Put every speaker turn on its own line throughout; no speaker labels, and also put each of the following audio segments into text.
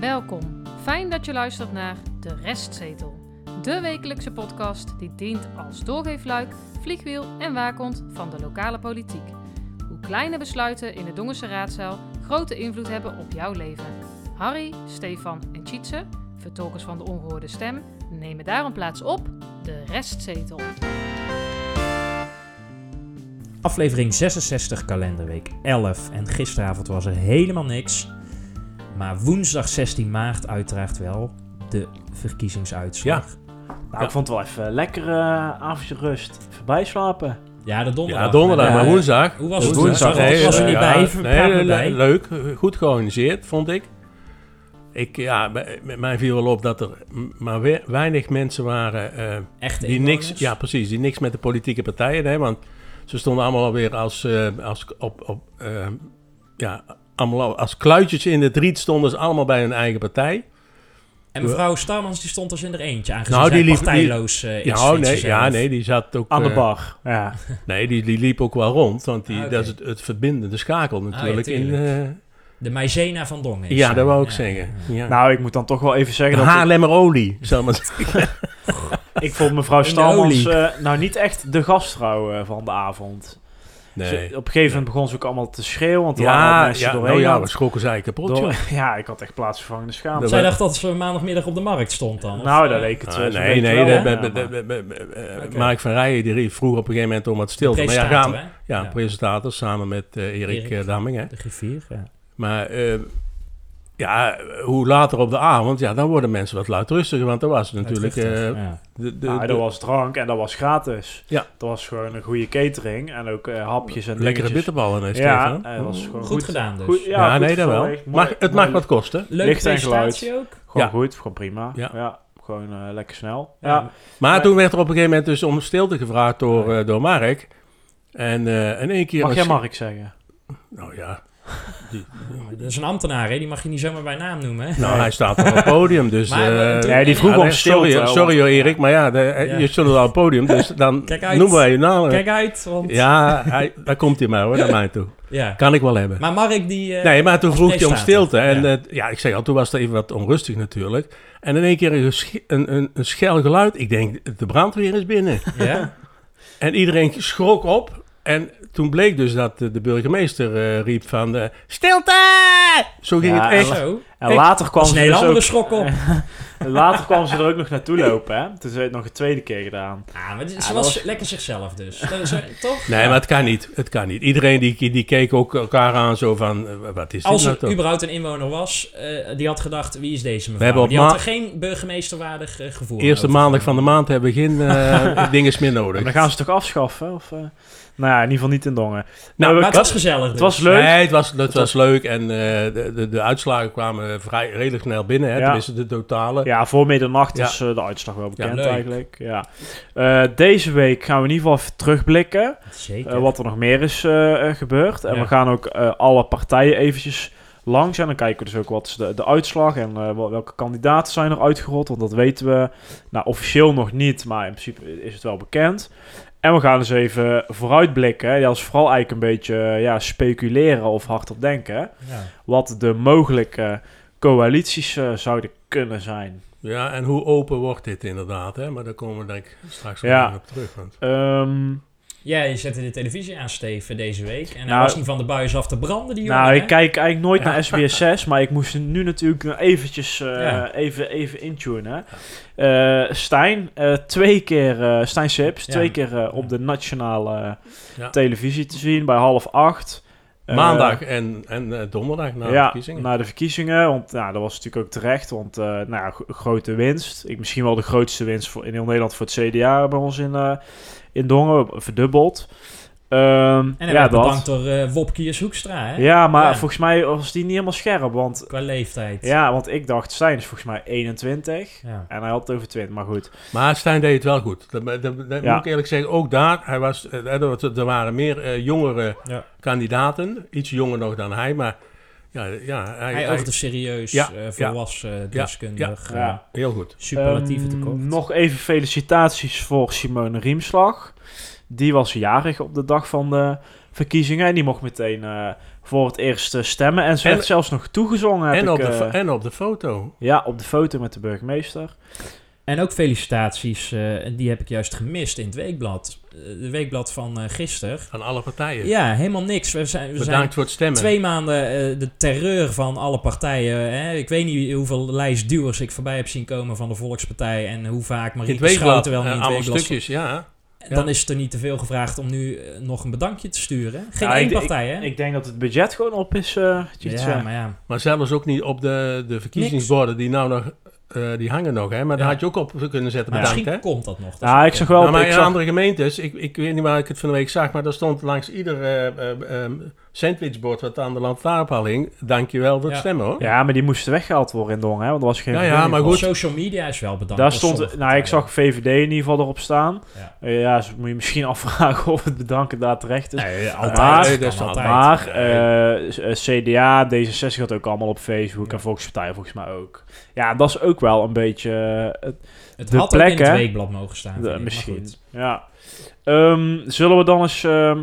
Welkom. Fijn dat je luistert naar De Restzetel. De wekelijkse podcast die dient als doorgeefluik, vliegwiel en waakhond van de lokale politiek. Hoe kleine besluiten in de Dongense raadzaal grote invloed hebben op jouw leven. Harry, Stefan en Tjitse, vertolkers van de ongehoorde stem, nemen daarom plaats op De Restzetel.
Aflevering 66, kalenderweek 11. En gisteravond was er helemaal niks. Maar woensdag 16 maart uiteraard wel de verkiezingsuitslag. Ja,
Nou, ik vond het wel even lekker eh, avondje rust. Voorbij slapen.
de donderdag.
Ja, donderdag,
Ja,
maar
ja.
woensdag.
Hoe was
Dus
het?
woensdag?
Woensdag?
nee,
Was er niet
eh,
bij?
ja,
Even
nee,
praten
le-
bij.
Leuk, goed georganiseerd, vond ik. Ik, ja, bij- met mij viel wel op dat er m- maar we- weinig mensen waren eh,
Echt
die niks,
inwoners?
ja precies, die niks met de politieke partijen hebben, want ze stonden allemaal alweer als, eh, als op, op eh, ja, allemaal al- als kluitjes in het riet stonden ze allemaal bij hun eigen partij.
En mevrouw Starmans die stond als in er eentje, aangezien
Nou,
nou,
die liep- die-
partijloos eh, is.
Ja, oh,
vindt ze
nee, ja,
zelf.
nee, die zat ook
Aan de
eh,
bar. Ja.
nee, die, die liep ook wel rond, want die,
Ah, oké. Ah,
dat is het, het verbindende schakel natuurlijk in,
tuurlijk.
eh,
De Maizena van Dongen. is
Ja,
zij.
dat wou ik
Ja,
zeggen.
ja.
eh, Ja.
Nou, ik moet dan toch wel even zeggen dat ik,
Haarlemmerolie, zal ik maar zeggen.
ik vond mevrouw
de
Stamels
olie.
eh, nou niet echt de gastvrouw eh, van de avond. Ze-
Nee.
op een gegeven moment begon ze ook allemaal te schreeuwen, want er waren wat
Ja,
mensen
ja,
doorheen.
nou ja,
aan
we
het-
schrokken ze eigenlijk kapot,
door-
joh. Ah,
ja, ik had echt plaatsvervangende schaamte.
Dat
Zij
we-
dacht dat ze maandagmiddag op de markt stond dan. of,
nou, dat
eh,
leek het
Ah,
eh, zo'n
nee,
beetje
nee.
wel,
dat-
hè. Nou,
dat-
Ja,
dat-
maar-
dat- dat- eh,
Oké.
Mark van Rijen die riep- vroeg op een gegeven moment om wat stilte. Maar ja,
presentator,
gaan,
hè?
ja, presentator samen met eh, Erik
Erik.
eh, Damming. Hè.
De griffier, ja.
Maar eh, ja, hoe later op de avond, ja, dan worden mensen wat luidrustiger. Want dan was het natuurlijk... eh,
ja.
de, de,
Nou,
de-
dat was drank en dat was gratis.
Ja.
Dat was gewoon een goede catering en ook eh, hapjes en
lekkere
dingetjes.
bitterballen heeft
Ja,
Stefan.
eh, dat was gewoon
Goed
goed.
gedaan dus.
Goed, ja,
Ja,
goed
nee, dat wel.
verzorgd, mooi-
Mag, het
mooi
mag wat kosten.
Leuke
licht en geluid.
presentatie ook.
Gewoon
Ja.
goed, gewoon prima. Ja.
Ja.
Gewoon eh, lekker snel. Ja.
Maar
Maar-
toen werd er op een gegeven moment dus om stilte gevraagd door, eh, door Mark. En eh, in één keer...
Mag
was-
jij Mark zeggen?
Nou ja.
Dat is een ambtenaar, hè? die mag je niet zomaar bij naam noemen. Hè?
Nou, hij staat op het podium, dus...
Maar,
eh,
eh, toen-
Nee, die vroeg
ja,
om
nee,
stilte.
sorry,
hoor.
sorry hoor, Erik, maar ja, de- eh,
Ja.
je stond al op het podium, dus dan
Kijk uit.
noemen wij je naam.
eh,
Kijk uit, want...
Ja, hij, daar komt hij maar hoor, naar mij toe.
Ja.
Kan ik wel hebben.
Maar Mark die... eh,
Nee, maar toen vroeg hij om
presentator.
stilte. En
Ja.
ja. ja, ik zeg al, toen was het even wat onrustig natuurlijk. En in één keer een, gesche- een, een, een schel geluid. Ik denk, de brandweer is binnen.
Ja?
En iedereen schrok op. En toen bleek dus dat eh, de burgemeester eh, riep van... eh, stilte! Zo ging
Ja,
het
en
echt.
la-
Zo.
En
Kijk,
later kwam,
Dat is een
ze
hele
dus
andere
ook,
schok op.
later kwam ze er ook nog naartoe lopen. Hè? Toen ze het nog een tweede keer gedaan.
Ah, maar ze
Ja,
was
dat was-
lekker zichzelf dus. Dat is, eh, toch?
Nee, maar het kan niet. Het kan niet. Iedereen die, die keek ook elkaar aan zo van... eh, wat is dit
Als
nou
er
toch?
überhaupt een inwoner was, eh, die had gedacht, wie is deze mevrouw?
hebben op
die had
ma-
er geen burgemeesterwaardig eh, gevoel
Eerste
over.
maandag van de maand hebben we geen eh, dinges meer
Maar
nodig.
dan gaan ze het toch afschaffen? Of, eh? Nou ja, in ieder geval niet in Dongen.
Nou,
we-
Maar het was gezellig
het
dus.
was leuk.
Nee, het was, het was leuk. En eh, de, de, de uitslagen kwamen vrij, redelijk snel binnen. Hè?
Ja.
Tenminste, de totale.
Ja, voor middernacht
Ja.
is eh, de uitslag wel bekend
leuk.
eigenlijk. Ja. Eh, deze week gaan we in ieder geval even terugblikken.
Zeker.
Eh, wat er nog meer is eh, eh, gebeurd. En
Ja.
we gaan ook eh, alle partijen eventjes langs. En dan kijken we dus ook wat is de, de uitslag en eh, wel- welke kandidaten zijn er uitgerold. Want dat weten we nou, officieel nog niet, maar in principe is het wel bekend. En we gaan dus even vooruitblikken. hè. Dat is vooral eigenlijk een beetje eh, ja, speculeren of hardop denken.
Ja.
Wat de mogelijke coalities eh, zouden kunnen zijn.
Ja, en hoe open wordt dit inderdaad? Hè? Maar daar komen we denk ik straks wel
Ja.
even op terug. Want...
Ehm,
Ja, je zette de televisie aan, Steven, deze week. En hij
Nou-
was niet van de buis af te branden, die jongen.
nou,
hè?
ik kijk eigenlijk nooit
Ja.
naar SBS 6, maar ik moest nu natuurlijk nog eventjes eh,
Ja.
even, even intunen. Eh, Stijn, eh, twee keer, eh, Stijn Sips,
Ja.
twee keer eh, op de nationale eh,
Ja.
televisie te zien bij half acht. Eh,
Maandag en, en eh, donderdag na de
ja,
verkiezingen.
na de verkiezingen. Want nou, dat was natuurlijk ook terecht, want eh, nou, ja, gro- grote winst. Ik, misschien wel de grootste winst voor, in heel Nederland voor het CDA bij ons in, eh, in Dongen, verdubbeld. Ehm,
En hij
ja,
werd
dat.
bedankt door eh Wopkiers Hoekstra, hè?
Ja, maar
Ja.
volgens mij was die niet helemaal scherp, want
Qua leeftijd.
Ja, want ik dacht, Stijn is volgens mij 21.
Ja.
En hij had het over 20, maar goed.
Maar Stijn deed het wel goed. Dat, dat- dat- dat
Ja.
moet ik eerlijk zeggen. Ook daar, hij was, eh, er, er waren meer eh, jongere
Ja.
kandidaten. Iets jonger nog dan hij, maar ja, ja
Hij
hij, hij-
oogde serieus,
Ja,
eh, volwassen, deskundig.
ja, ja.
eh,
heel goed.
Superlatieve
Ehm,
tekort.
Nog even felicitaties voor Simone Riemslag. Die was jarig op de dag van de verkiezingen. En die mocht meteen eh, voor het eerst eh, stemmen. En ze
En-
werd zelfs nog toegezongen. heb
En op,
ik,
de,
eh,
fo- en op de foto.
ja, op de foto met de burgemeester.
En ook felicitaties, eh, en die heb ik juist gemist in het weekblad. Eh, de weekblad van eh gisteren.
Aan alle partijen.
Ja, helemaal niks. We zijn, we zijn
Bedankt voor het stemmen.
twee maanden eh, de terreur van alle partijen. Hè? Ik weet niet hoeveel lijstduwers ik voorbij heb zien komen van de Volkspartij. En hoe vaak
in het
Marieke
weekblad.
Schouten wel
eh,
niet in het
allemaal
weekblad stond.
stukjes, ja.
En Dan is het er niet te veel gevraagd om nu eh, nog een bedankje te sturen. Geen
Ja,
één
ik-
partij, hè?
Ik denk dat het budget gewoon op is. eh, Tjitsa.
ja, maar ja.
Maar zelfs ook niet op de, de verkiezingsborden die nou nog... eh, die hangen nog, hè? Maar daar
Ja.
had je ook op kunnen zetten.
Maar
Bedankt,
misschien
hè?
komt dat nog. Dat
Ja,
is-
ik zag wel...
Nou, maar
ik
in
zag-
andere gemeentes, ik, ik weet niet waar ik het van de week zag, maar daar stond langs ieder eh, eh, ehm, sandwichbord wat aan de lantaarnpaal hing. Dankjewel voor het
Ja.
stemmen hoor.
Ja, maar die moesten weggehaald worden in Dongen, hè, want er was geen...
Ja, ja,
vergunning
maar
voor.
Op
goed.
Social media is wel bedankt.
Daar
voor
stond...
sommige
Nou, ik
partijen.
zag VVD in ieder geval erop staan.
Ja.
Eh, ja, dus moet je misschien afvragen of het bedanken daar terecht is.
Nee,
Maar-
altijd.
dat is
kan altijd.
altijd.
Maar
Nee.
eh, s- eh, CDA, D66 had ook allemaal op Facebook en Volkspartij volgens mij ook. Ja, dat is ook wel een beetje... eh, het-
Het
de
had ook
plek,
in het
hè?
weekblad mogen staan.
de-
vind ik, maar
misschien.
goed.
Ja. Ehm, zullen we dan eens ehm,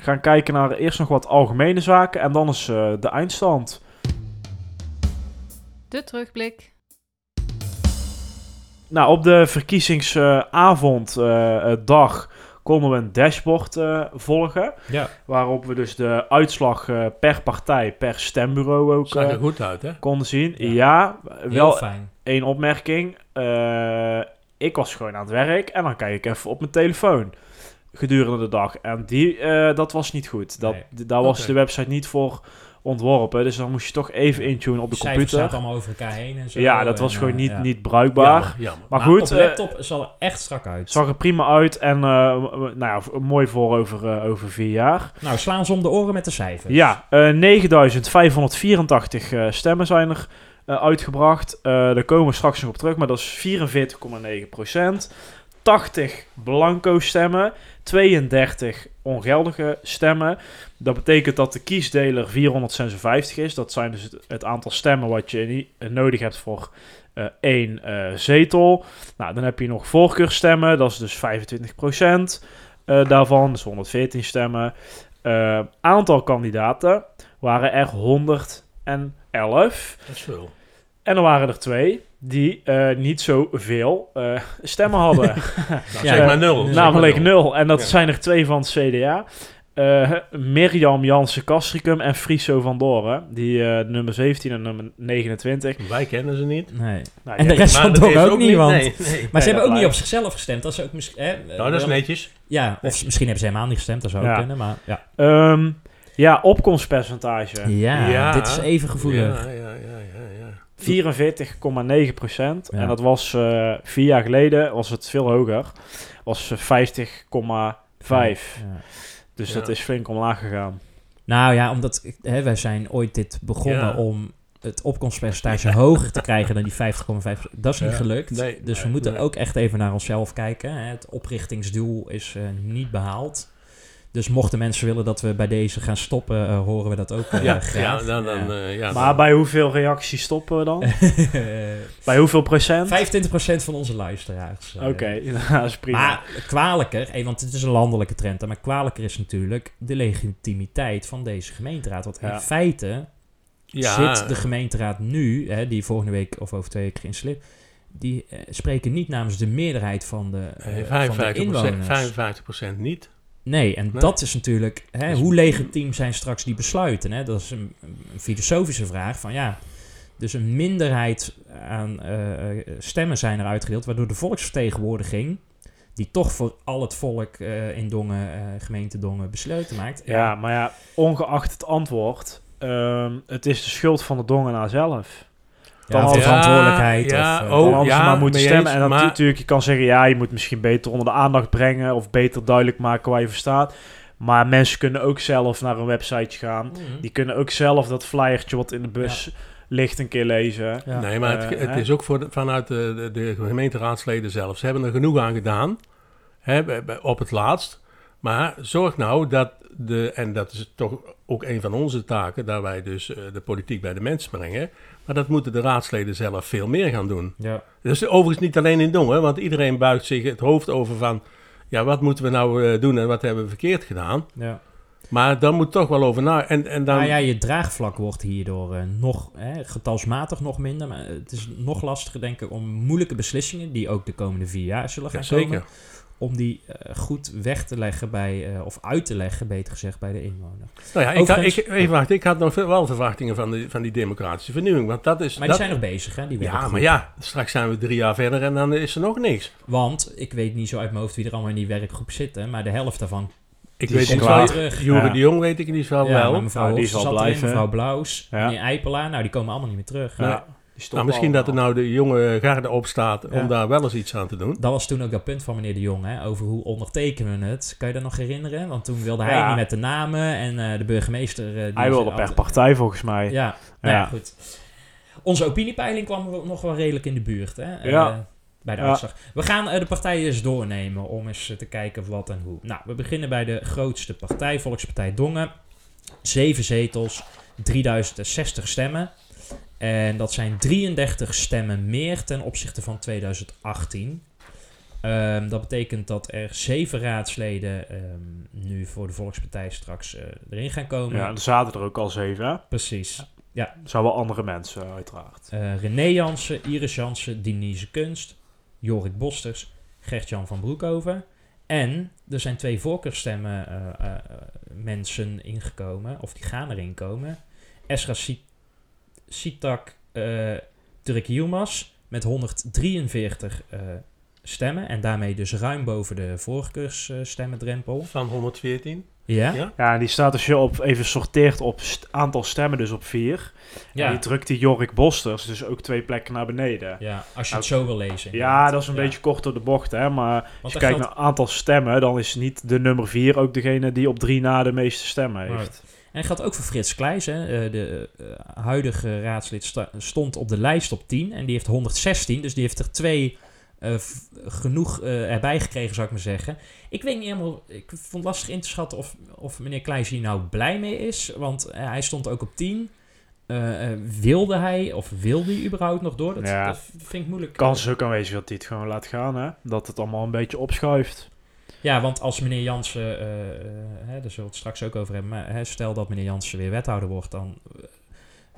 gaan kijken naar eerst nog wat algemene zaken en dan eens eh, de eindstand.
De terugblik.
Nou, op de verkiezingsavond, dag, konden we een dashboard eh, volgen.
Ja.
Waarop we dus de uitslag eh, per partij, per stembureau ook
Zag
eh,
er goed uit, hè?
konden zien.
Ja.
Ja,
Heel
wel
fijn.
één opmerking. Eh, ik was gewoon aan het werk en dan kijk ik even op mijn telefoon gedurende de dag. En die, eh, dat was niet goed. Dat,
Nee.
d- Daar was
Oké.
de website niet voor ontworpen. Dus dan moest je toch even intunen op de
De cijfers zaten
computer.
allemaal over elkaar heen en zo.
Ja, dat
En,
was gewoon
eh,
niet,
ja.
niet bruikbaar.
Jammer, jammer.
Maar,
Maar
goed,
op
eh,
laptop zal er echt strak uit.
zag er prima uit en eh, m- m- nou ja, v- mooi voor over, eh, over vier jaar.
Nou, slaan ze om de oren met de cijfers.
Ja, eh, 9584 eh, stemmen zijn er eh, uitgebracht. Eh, daar komen we straks nog op terug, maar dat is 44,9 80 blanco stemmen, 32 ongeldige stemmen. Dat betekent dat de kiesdeler 456 is. Dat zijn dus het, het aantal stemmen wat je nie- eh, nodig hebt voor eh, één eh, zetel. Nou, dan heb je nog voorkeurstemmen, dat is dus 25 eh, daarvan, dus 114 stemmen. Eh, aantal kandidaten waren er 111.
Dat is veel.
En er waren er twee die eh, niet zoveel eh, stemmen hadden.
Nou,
Ja,
zeg maar nul.
eh,
zeg maar
Namelijk nul. En dat
Ja.
zijn er twee van het CDA. Eh Mirjam Jansen Castricum en Friso van Doren. Die eh, nummer 17 en nummer 29.
Wij kennen ze niet.
Nee.
Nou,
En de
jij-
rest
Maar
van
dat
Dok
heeft
ook niet, want...
Nee, nee.
Maar ze
Nee,
hebben ook
dat
niet op zichzelf gestemd. Dat is ook misschien... Hè, eh,
Nou, dat is
wel-
netjes.
Ja, of misschien hebben ze helemaal niet gestemd. Dat zou ook
Ja.
kunnen, maar... Ja,
Ehm, ja, opkomstpercentage.
ja,
Ja.
dit is even gevoelig.
Ja, ja, ja, ja, ja.
44,9 procent.
Ja.
En dat was eh, vier jaar geleden was het veel hoger. Was eh, 50,5.
Ja.
Dus
Ja.
dat is flink omlaag gegaan.
Nou ja, omdat ik- hè, wij zijn ooit dit begonnen
Ja.
om het opkomstpercentage hoger te krijgen dan die 50,5. Dat is niet
Ja.
gelukt.
Nee,
dus we
nee,
moeten
nee.
ook echt even naar onszelf kijken. hè. Het oprichtingsdoel is eh, niet behaald. Dus mochten mensen willen dat we bij deze gaan stoppen, eh, horen we dat ook eh,
Ja,
graag.
ja, dan, dan,
Ja.
eh, ja,
Maar
dan-
bij hoeveel reacties stoppen we dan? bij hoeveel procent?
25% van onze luisteraars. eh,
Oké, dat is prima.
Maar kwalijker, eh, want het is een landelijke trend, hè, maar kwalijker is natuurlijk de legitimiteit van deze gemeenteraad. Want in
Ja.
feite
ja,
zit de gemeenteraad nu, hè, die volgende week of over twee weken geïnstalleerd, die eh, spreken niet namens de meerderheid van de, eh,
eh,
van de
55%,
inwoners.
55% niet.
Nee, en
Nee.
dat is natuurlijk, hè,
Dus-
hoe legitiem zijn straks die besluiten? Hè? Dat is een, een filosofische vraag van ja, dus een minderheid aan eh, eh, stemmen zijn er uitgedeeld, waardoor de volksvertegenwoordiging, die toch voor al het volk eh, in Dongen, eh, gemeente Dongen besluiten maakt. eh,
Ja, maar ja, ongeacht het antwoord, ehm, het is de schuld van de dongenaar zelf.
ja,
dan
of
had-
de verantwoordelijkheid.
Ja,
of, eh,
oh,
Dan hadden ze
ja,
maar moeten
mee
stemmen.
eens,
en dan
maar-
natuurlijk, je kan zeggen, ja, je moet misschien beter onder de aandacht brengen of beter duidelijk maken waar je voor staat. Maar mensen kunnen ook zelf naar een website gaan.
Mhm.
Die kunnen ook zelf dat flyertje wat in de bus ligt een keer lezen.
Ja.
Nee, maar het,
Eh,
het
hè?
is ook voor de- vanuit de, de, de gemeenteraadsleden zelf. Ze hebben er genoeg aan gedaan, hè, bij- bij- op het laatst. Maar zorg nou dat, de, en dat is toch ook een van onze taken, dat wij dus eh, de politiek bij de mensen brengen. Maar dat moeten de raadsleden zelf veel meer gaan doen.
Ja.
Dus overigens niet alleen in Dongen, want iedereen buigt zich het hoofd over van... ja, wat moeten we nou eh, doen en wat hebben we verkeerd gedaan?
Ja.
Maar daar moet toch wel over na. En, en dan,
Nou ja, je draagvlak wordt hierdoor eh, nog, hè, getalsmatig nog minder. Maar het is nog lastiger, denk ik, om moeilijke beslissingen, die ook de komende vier jaar zullen gaan
Ja,
komen,
zeker.
om die eh, goed weg te leggen bij, eh, of uit te leggen, beter gezegd, bij de inwoner.
Nou ja, ik, had,
Overigens-
ik, even wachten, ik had nog veel- wel verwachtingen van die, van die democratische vernieuwing. Want dat is.
Maar
dat,
die zijn nog bezig, hè? Die
ja,
werkgroep.
maar ja, straks zijn we drie jaar verder en dan is er nog niks.
Want ik weet niet zo uit mijn hoofd wie er allemaal in die werkgroep zitten, maar de helft daarvan
Ik
Die
weet
is
niet
komt
klaar.
wel
wel.
terug.
Jure
Ja.
de Jong weet ik niet zo
Ja,
wel. Nou,
maar mevrouw
Ja, die
Hofs
zal
zat erin,
blijven.
mevrouw Blauws,
Ja.
meneer Eipelaar. Nou, die komen allemaal niet meer terug.
Ja.
die stopt
nou, misschien dat er
allemaal.
nou de jonge garde opstaat
Ja.
om daar wel eens iets aan te doen.
Dat was toen ook dat punt van meneer de Jong, hè, over hoe ondertekenen we het. Kan je dat nog herinneren? Want toen wilde hij
Ja.
niet met de namen en eh, de burgemeester... eh, die
Hij wilde
zei
per
altijd-
partij volgens mij.
Ja, nou ja,
Ja.
goed. Onze opiniepeiling kwam ook nog wel redelijk in de buurt, hè? eh,
Ja.
bij de
Ja.
uitslag. We gaan eh, de partijen eens doornemen om eens eh, te kijken wat en hoe. Nou, we beginnen bij de grootste partij, Volkspartij Dongen. Zeven zetels, 3060 stemmen. En dat zijn 33 stemmen meer ten opzichte van 2018. Ehm, dat betekent dat er zeven raadsleden ehm, nu voor de Volkspartij straks eh, erin gaan komen.
Ja, er zaten er ook al zeven. hè.
Precies.
Er zijn wel andere mensen, uiteraard.
Eh, René Jansen, Iris Jansen, Denise Kunst, Jorik Bosters, Gert-Jan van Broekhoven. En er zijn twee voorkeurstemmen eh, eh, eh, mensen ingekomen, of die gaan erin komen. Esra Si- Sitak eh Turk Yilmaz met 143 eh, stemmen. En daarmee dus ruim boven de voorkeursstemmen-drempel.
Van 114.
Ja?
Ja.
Ja, en die staat als je op, even sorteert op st- aantal stemmen, dus op vier. En die drukt die Jorik Bosters, dus ook twee plekken naar beneden.
Ja, als je het zo wil lezen.
Ja, dat is een
Ja.
beetje kort door de bocht, hè. Maar
Want
als
er
je kijkt
geldt-
naar aantal stemmen, dan is niet de nummer vier ook degene die op drie na de meeste stemmen
Maar-
heeft.
En dat geldt ook voor Frits Kleijs. Hè. Eh, De eh, huidige raadslid sta- stond op de lijst op 10 en die heeft 116. Dus die heeft er twee eh, v- genoeg eh, erbij gekregen, zou ik maar zeggen. Ik weet niet helemaal, ik vond het lastig in te schatten of, of meneer Kleijs hier nou blij mee is. Want eh, hij stond ook op 10. Eh, eh, wilde hij of wilde hij überhaupt nog door? Dat,
Ja.
dat vind ik moeilijk. eh,
Kans is ook aanwezig dat hij het gewoon laat gaan, hè. Dat het allemaal een beetje opschuift.
Ja, want als meneer Jansen, eh, eh, hè, daar zullen we het straks ook over hebben, maar hè, stel dat meneer Jansen weer wethouder wordt, dan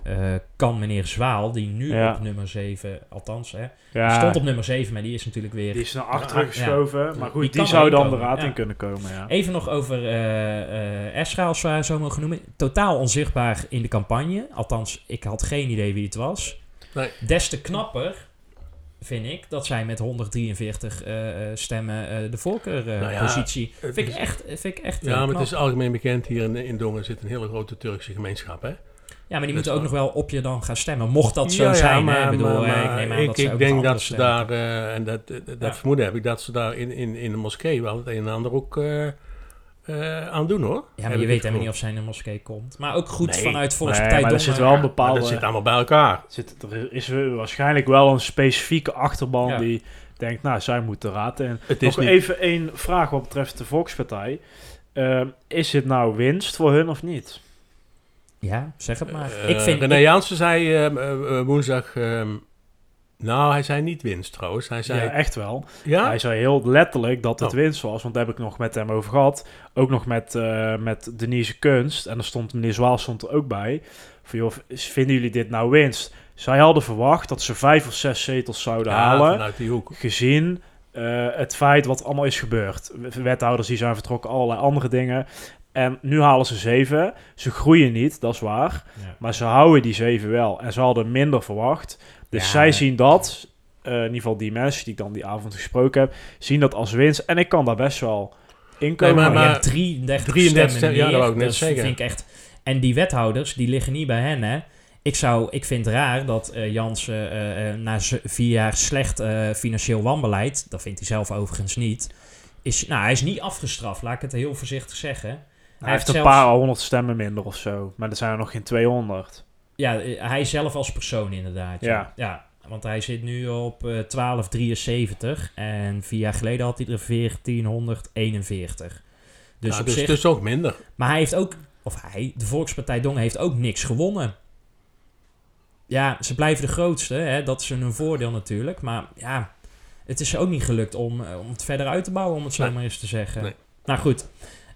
eh, eh, kan meneer Zwaal, die nu
Ja.
op nummer 7, althans, hè,
Ja,
stond op nummer 7, maar die is natuurlijk weer...
die is naar
Ja,
achteren geschoven. Maar goed,
Die
die,
kan
zou
erin
dan de
komen,
raad
ja.
in kunnen komen, ja.
Even nog over eh eh Esra, als we haar zo mogen noemen. Totaal onzichtbaar in de campagne. Althans, ik had geen idee wie het was.
Nee.
Des te knapper vind ik dat zij met 143 eh, eh, stemmen eh, de
Nou ja,
voorkeurpositie...
het
vind, ik
is-
echt, vind ik echt eh,
Ja, maar het
knap.
is algemeen bekend hier in, in Dongen zit een hele grote Turkse gemeenschap. Hè?
Ja, maar die
Dat
moeten ook nog
kan.
wel op je dan gaan stemmen. Mocht dat zo
Ja, ja,
zijn, hè.
maar-
ik bedoel,
maar-
eh,
maar
ik neem aan
ik,
dat ze
ik
ook
denk
nog
dat
andere
ze
stemmen.
daar, eh, en dat, eh, dat
Ja.
vermoeden heb ik, dat ze daar in, in, in de moskee wel het een en ander ook eh, eh, aan doen hoor.
Ja, maar
Heb
je
ik
weet
het
helemaal niet
gevoel.
of zij in de moskee komt. Maar ook goed
Nee,
vanuit Volkspartij
Nee, maar er
Dongen.
zit wel een
Maar
bepaalde...
dat
eh,
zit allemaal bij elkaar.
zit, er is waarschijnlijk wel een specifieke achterban
Ja.
die denkt, nou, zij moet de raad in.
Het is
Nog
niet,
even één vraag wat betreft de Volkspartij. Ehm, is dit nou winst voor hun of niet?
Ja, zeg het maar.
Eh,
ik vind...
René
ik-
Jansen zei ehm, eh, eh, woensdag... ehm, nou, hij zei niet winst trouwens. Hij zei...
Ja,
Ja?
echt wel. Hij zei heel letterlijk dat het
Oh.
winst was, want daar heb ik nog met hem over gehad. Ook nog met, eh, met Denise Kunst. En daar stond meneer Zwaal stond er ook bij. Van joh, vinden jullie dit nou winst? Zij hadden verwacht dat ze vijf of zes zetels zouden
Ja,
halen.
vanuit die hoek.
gezien eh, het feit wat allemaal is gebeurd. W- Wethouders die zijn vertrokken, allerlei andere dingen. En nu halen ze zeven. Ze groeien niet, dat is waar.
Ja.
Maar ze houden die zeven wel. En ze hadden minder verwacht. Dus
Ja.
zij zien dat, eh, in ieder geval die mensen die ik dan die avond gesproken heb, zien dat als winst. En ik kan daar best wel in komen.
maar,
maar-
je
maar-
hebt 33,
33
Oh, stemmen
ja, dat
meer,
wou ik net
dus
zeggen.
Vind ik echt... En die wethouders, die liggen niet bij hen, hè. Ik, zou, ik vind het raar dat eh, Jansen eh, eh, na ze- vier jaar slecht eh, financieel wanbeleid... Dat vindt hij zelf overigens niet... Is, nou, hij is niet afgestraft, laat ik het heel voorzichtig zeggen.
hij heeft een
zelfs-
paar honderd stemmen minder of zo. Maar er zijn er nog geen 200.
Ja, eh, hij zelf als persoon inderdaad. Ja. ja. Want hij zit nu op eh, 1273 en vier jaar geleden had hij er 1441. Dus
Dus,
op
dus,
zich...
dus ook minder.
Maar hij heeft ook... Of hij, de Volkspartij Dongen heeft ook niks gewonnen. Ja, ze blijven de grootste. Hè? Dat is hun voordeel natuurlijk. Maar ja, het is ook niet gelukt om, eh, om het verder uit te bouwen, om het zo
Nee.
maar eens te zeggen.
Nee.
Nou goed.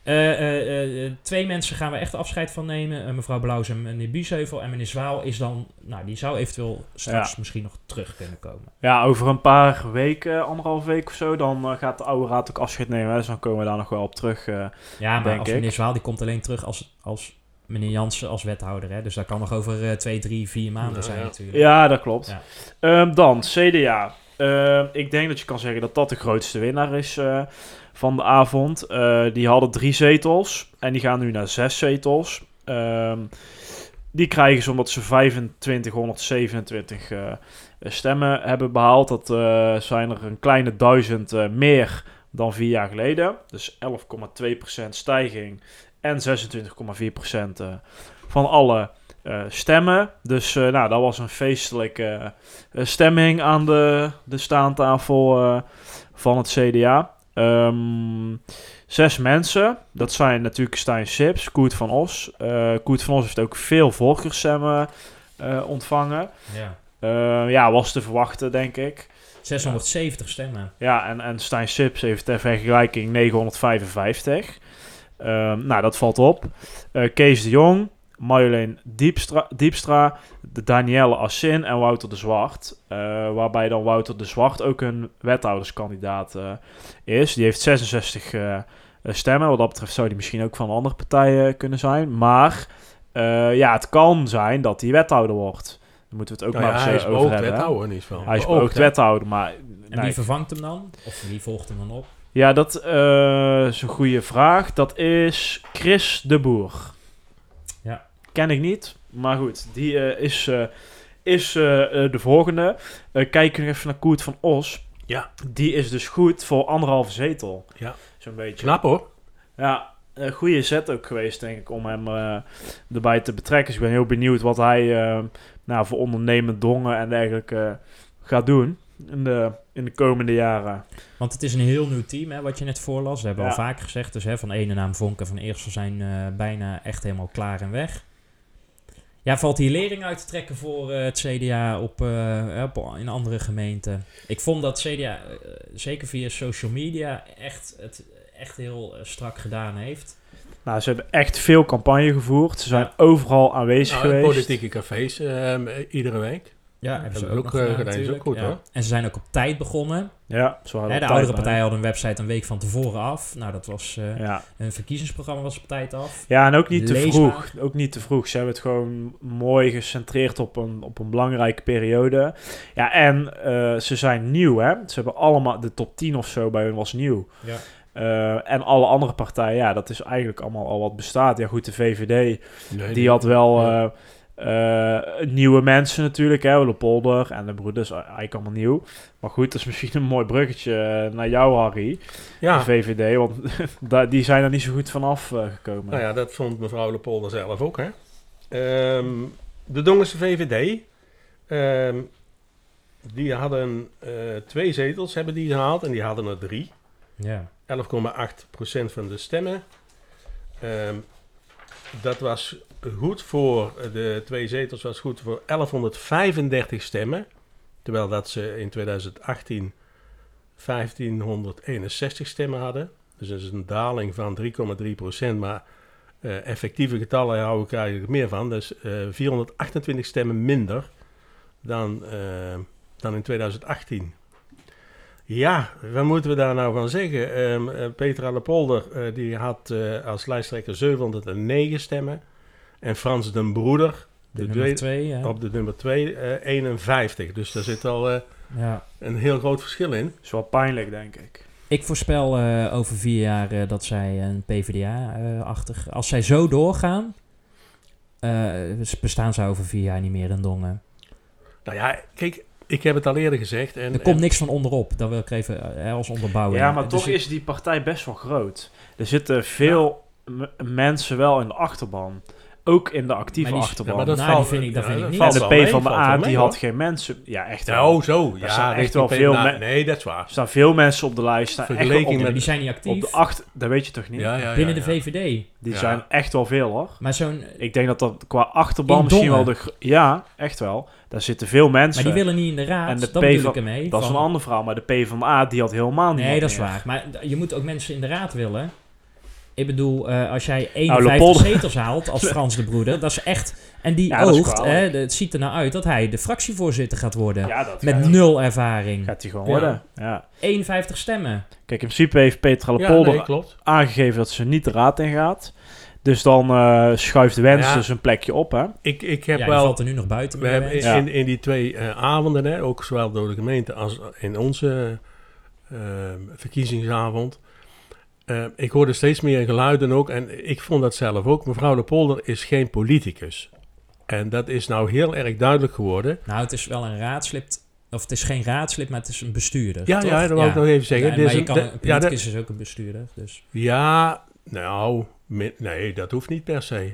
Eh, eh, eh, twee mensen gaan we echt afscheid van nemen. Eh, mevrouw Blauws en meneer Biesheuvel. En meneer Zwaal is dan... Nou, die zou eventueel straks
Ja.
misschien nog terug kunnen komen.
Ja, over een paar weken, anderhalf week of zo, dan eh, gaat de oude raad ook afscheid nemen. hè. Dus dan komen we daar nog wel op terug. eh.
Ja, maar
Denk
als
ik.
meneer Zwaal die komt alleen terug als, als meneer Jansen als wethouder. Hè? Dus dat kan nog over eh, twee, drie, vier maanden
Nou,
zijn
ja.
natuurlijk.
Ja, dat klopt.
Ja.
Ehm, dan, CDA. Ehm, ik denk dat je kan zeggen dat dat de grootste winnaar is eh, van de avond. Eh, die hadden drie zetels en die gaan nu naar zes zetels. Ehm, die krijgen ze omdat ze 2527 eh, stemmen hebben behaald. Dat eh, zijn er een kleine duizend eh, meer dan vier jaar geleden. Dus 11,2% stijging en 26,4% eh, van alle eh, stemmen. Dus eh, nou, dat was een feestelijke eh, stemming aan de, de staantafel eh, van het CDA. Ehm, zes mensen. Dat zijn natuurlijk Stijn Sips, Koert van Os. Eh Koert van Os heeft ook veel voorkeursstemmen eh, ontvangen.
Ja.
Eh, ja, was te verwachten, denk ik.
670 stemmen.
Ja, en, en Stijn Sips heeft ter vergelijking 955. Ehm, nou, dat valt op. Eh, Kees de Jong, Marjolein Diepstra, Diepstra de Danielle Assin en Wouter de Zwart. Eh, waarbij dan Wouter de Zwart ook een wethouderskandidaat eh, is. Die heeft 66 eh, eh, stemmen. Wat dat betreft zou die misschien ook van een andere partij eh, kunnen zijn. Maar eh, ja, het kan zijn dat hij wethouder wordt. Daar moeten we het ook
Nou
maar
ja,
eens
hij
eh,
is
over
beoogd
hebben. hè.
wethouder in ieder geval.
Hij is
Beoogd,
ook
hè.
wethouder, maar...
En
nee.
wie vervangt hem dan? Of wie volgt hem dan op?
Ja, dat eh, is een goede vraag. Dat is Chris de Boer.
Ja.
Ken ik niet, maar goed. Die eh, is, eh, is eh, eh, de volgende. Eh kijk nog even naar Koert van Os.
Ja.
Die is dus goed voor anderhalve zetel.
Ja. Nou.
Zo'n beetje.
Knap hoor.
Ja, een goede zet ook geweest, denk ik, om hem eh, erbij te betrekken. Dus ik ben heel benieuwd wat hij eh, nou, voor ondernemend dongen en dergelijke eh, gaat doen in de, in de komende jaren.
Want het is een heel nieuw team, hè, wat je net voorlas. We hebben
Ja.
al vaker gezegd, dus hè, van ene naam Vonken van Eersel zijn eh, bijna echt helemaal klaar en weg. Ja, valt hier lering uit te trekken voor eh, het CDA op, eh, op- in andere gemeenten? Ik vond dat CDA, eh, zeker via social media, echt, het echt heel eh, strak gedaan heeft.
Nou, ze hebben echt veel campagne gevoerd. Ze zijn
Ja.
overal aanwezig
Nou,
geweest.
politieke cafés ehm, eh, iedere week.
Ja,
hebben ze ook, eh, gedaan. Is ook
natuurlijk.
goed, hoor.
En ze zijn ook op tijd begonnen.
Ja, zo hadden
Hè,
we
de
tijd
oudere
bij.
partij hadden een website een week van tevoren af. Nou, dat was eh,
Ja.
een verkiezingsprogramma was op tijd af.
ja, en ook niet te
Leesbaar.
vroeg. Ook niet te vroeg. Ze hebben het gewoon mooi gecentreerd op een, op een belangrijke periode. Ja, en eh, ze zijn nieuw, hè. Ze hebben allemaal... De top 10 of zo bij hun was nieuw.
Ja.
Eh, en alle andere partijen, ja, dat is eigenlijk allemaal al wat bestaat. Ja, goed, de VVD,
Nee,
die had wel
Ja.
eh, eh, nieuwe mensen natuurlijk, hè, de polder en de broeders, eh, eigenlijk allemaal nieuw. Maar goed, dat is misschien een mooi bruggetje eh, naar jou, Harry, de
Ja,
VVD, want da- die zijn er niet zo goed vanaf eh, gekomen.
nou ja, dat vond mevrouw Lepolder zelf ook, hè. Ehm, de Dongense VVD, ehm, die hadden eh, twee zetels hebben die gehaald en die hadden er drie.
Ja.
11,8% van de stemmen. Ehm, dat was goed voor de twee zetels, was goed voor 1135 stemmen. Terwijl dat ze in 2018 1561 stemmen hadden. Dus dat is een daling van 3,3%. Maar eh, effectieve getallen hou ik eigenlijk meer van. Dus eh 428 stemmen minder dan, eh, dan in 2018. Ja, wat moeten we daar nou van zeggen? Ehm, eh, Petra Lepolder eh, die had eh, als lijsttrekker 709 stemmen. En Frans den Broeder
De,
De
nummer
tweede-
twee, ja.
op de nummer 2 eh, 51. Dus daar zit al eh,
ja.
een heel groot verschil in.
is wel pijnlijk, denk ik.
Ik voorspel eh, over vier jaar eh, dat zij een PvdA-achtig... als zij zo doorgaan, eh, ze bestaan ze over vier jaar niet meer in Dongen.
Nou ja, kijk, ik heb het al eerder gezegd. En, eh,
Er komt niks van onderop, dat wil ik even eh, als
Oh,
onderbouwing.
Ja, maar
Dus
toch
ik-
is die partij best wel groot. Er zitten veel m- mensen wel in de achterban. ook in de actieve
Maar die-
achterban.
ja, maar
dat
dat Nou, die vind ik- dat vind ik niet.
valt
en
wel
de
mee,
P van de
valt
A,
wel
die
mee,
had
hoor.
geen mensen. Ja, echt
Ja,
wel.
oh, zo. Ja,
staan echt
richting
wel
P-
veel
nou,
me-
Nee, dat is waar.
Er staan veel mensen op de lijst. staan echt wel
Vergeleken
op, de-
maar
met-
die zijn niet actief.
op de acht, dat weet je toch niet?
Ja, ja, ja,
binnen
ja.
de VVD.
Die
Ja.
zijn echt wel veel hoor.
Maar zo'n...
Ik denk dat dat qua achterban
In
misschien wel
Dongen.
de... gro- Ja, echt wel. Daar zitten veel
Maar
mensen.
die willen niet in de raad.
En de
dat
P
bedoel
van-
ik ermee.
dat is een
van-
ander verhaal, maar de P van de A die had helemaal niet.
Nee, dat is waar. Maar d- je moet ook mensen in de raad willen. Ik bedoel, eh, als
Nou,
jij
Le
51
Pen.
zetels haalt als Frans de Broeder, dat is echt... En die
Ja, dat is
oogt, hè,
kwalijk.
de- het ziet er nou uit dat hij de fractievoorzitter gaat worden.
Ja, dat
met
gaat-
nul ervaring.
gaat hij gewoon
Ja.
worden. Ja.
51 stemmen.
Kijk, in principe heeft Petra
Ja,
Le Polder
nee, klopt.
aangegeven dat ze niet de raad in gaat. Dus dan eh, schuift Wens
Ja.
dus een plekje op, hè?
Ik, ik
Ja,
heb
die
wel
valt er nu nog buiten.
We hebben in,
Ja.
in, in die twee eh, avonden, hè, ook zowel door de gemeente als in onze eh, eh, verkiezingsavond. eh, ik hoorde steeds meer geluiden ook en ik vond dat zelf ook. Mevrouw de Polder is geen politicus. En dat is nou heel erg duidelijk geworden.
Nou, het is wel een raadslid. Of het is geen raadslid, maar het is een bestuurder.
Ja,
toch?
ja, dat wil ik nog even zeggen.
Ja,
Dit is
maar je
een-
kan,
de-
een
ja, dat-
politicus is ook een bestuurder. Dus
Ja, nou, mi- nee, dat hoeft niet per se.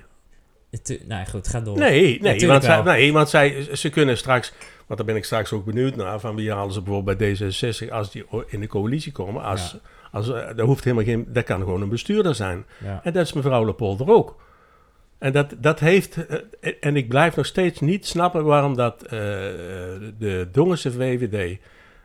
het, nou goed, ga door.
Nee, nee,
Natuurlijk
want, zij,
wel.
nee want zij, ze kunnen straks, want daar ben ik straks ook benieuwd naar, van wie halen ze bijvoorbeeld bij D66 als die o- in de coalitie komen. Als, als, eh, daar hoeft helemaal geen, dat kan gewoon een bestuurder zijn.
Ja.
En dat is mevrouw Lepolder ook. En dat, dat heeft, eh, en ik blijf nog steeds niet snappen waarom dat eh, de Dongense VVD,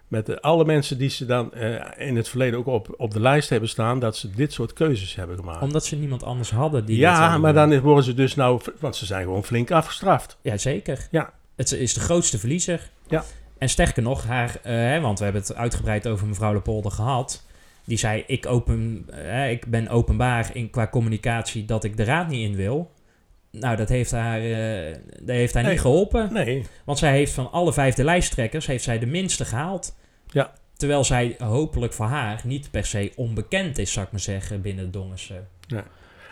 met de- alle mensen die ze dan eh, in het verleden ook op, op de lijst hebben staan, dat ze dit soort keuzes hebben gemaakt.
Omdat ze niemand anders hadden die dat
ja,
zouden
maar
doen.
dan worden ze dus nou, want ze zijn gewoon flink afgestraft.
Ja, zeker.
Ja.
Het is de grootste verliezer.
Ja.
En sterker nog, haar, eh, hè, want we hebben het uitgebreid over mevrouw Le Polder gehad. Die zei, ik, open, eh, ik ben openbaar in, qua communicatie dat ik de raad niet in wil. Nou, dat heeft haar, eh, dat heeft haar
Nee.
niet geholpen.
Nee,
Want zij heeft van alle vijfde lijsttrekkers heeft zij de minste gehaald.
Ja.
Terwijl zij hopelijk voor haar niet per se onbekend is, zou ik maar zeggen, binnen de Dongense.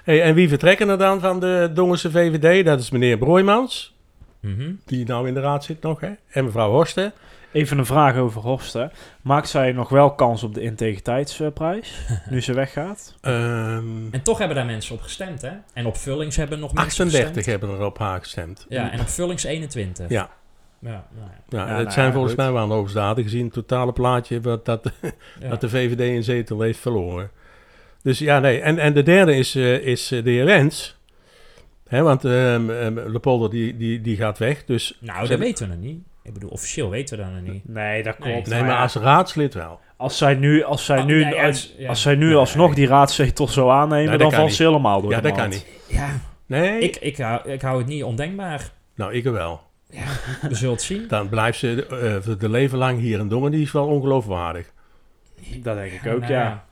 Hey, en wie vertrekken er dan van de Dongense VVD? Dat is meneer Broijmans,
Mhm.
die nou in de raad zit nog, hè? En mevrouw Horsten.
Even een vraag over Horst, hè. Maakt zij nog wel kans op de integriteitsprijs, nu ze weggaat?
Ehm,
En toch hebben daar mensen op gestemd, hè? En op Vullings hebben nog mensen gestemd.
38 hebben er op haar gestemd.
Ja, en op Vullings 21.
Ja.
Ja, nou ja.
Ja,
Ja,
het
nou
zijn
ja,
volgens
goed.
mij wel hoogstaten gezien het totale plaatje wat, dat,
Ja.
dat de VVD in zetel heeft verloren. Dus ja, nee. En, en de derde is, eh, is eh, de heer Wens. Hè, want ehm ehm, Lepolder die, die, die gaat weg. Dus,
Nou, dat
Ze-
weten we nog niet. Ik bedoel, officieel weten we dat nog niet.
Nee, dat
Nee.
klopt.
nee, maar als raadslid wel.
Als zij nu, als zij
Ah,
nu,
nee,
als,
als- ja.
als zij nu
Nee.
alsnog die raadzetel zou aannemen,
Nee, dat
dan
kan
valt
niet.
ze helemaal door
Ja,
de
dat kan
mand.
niet.
Ja,
Nee?
ik, ik, hou, ik hou het niet ondenkbaar.
Nou, ik wel.
We zullen het zien.
Dan blijft ze eh, voor de leven lang hier in Dongen. Die is wel ongeloofwaardig.
Dat denk ik ook,
Nou
ja.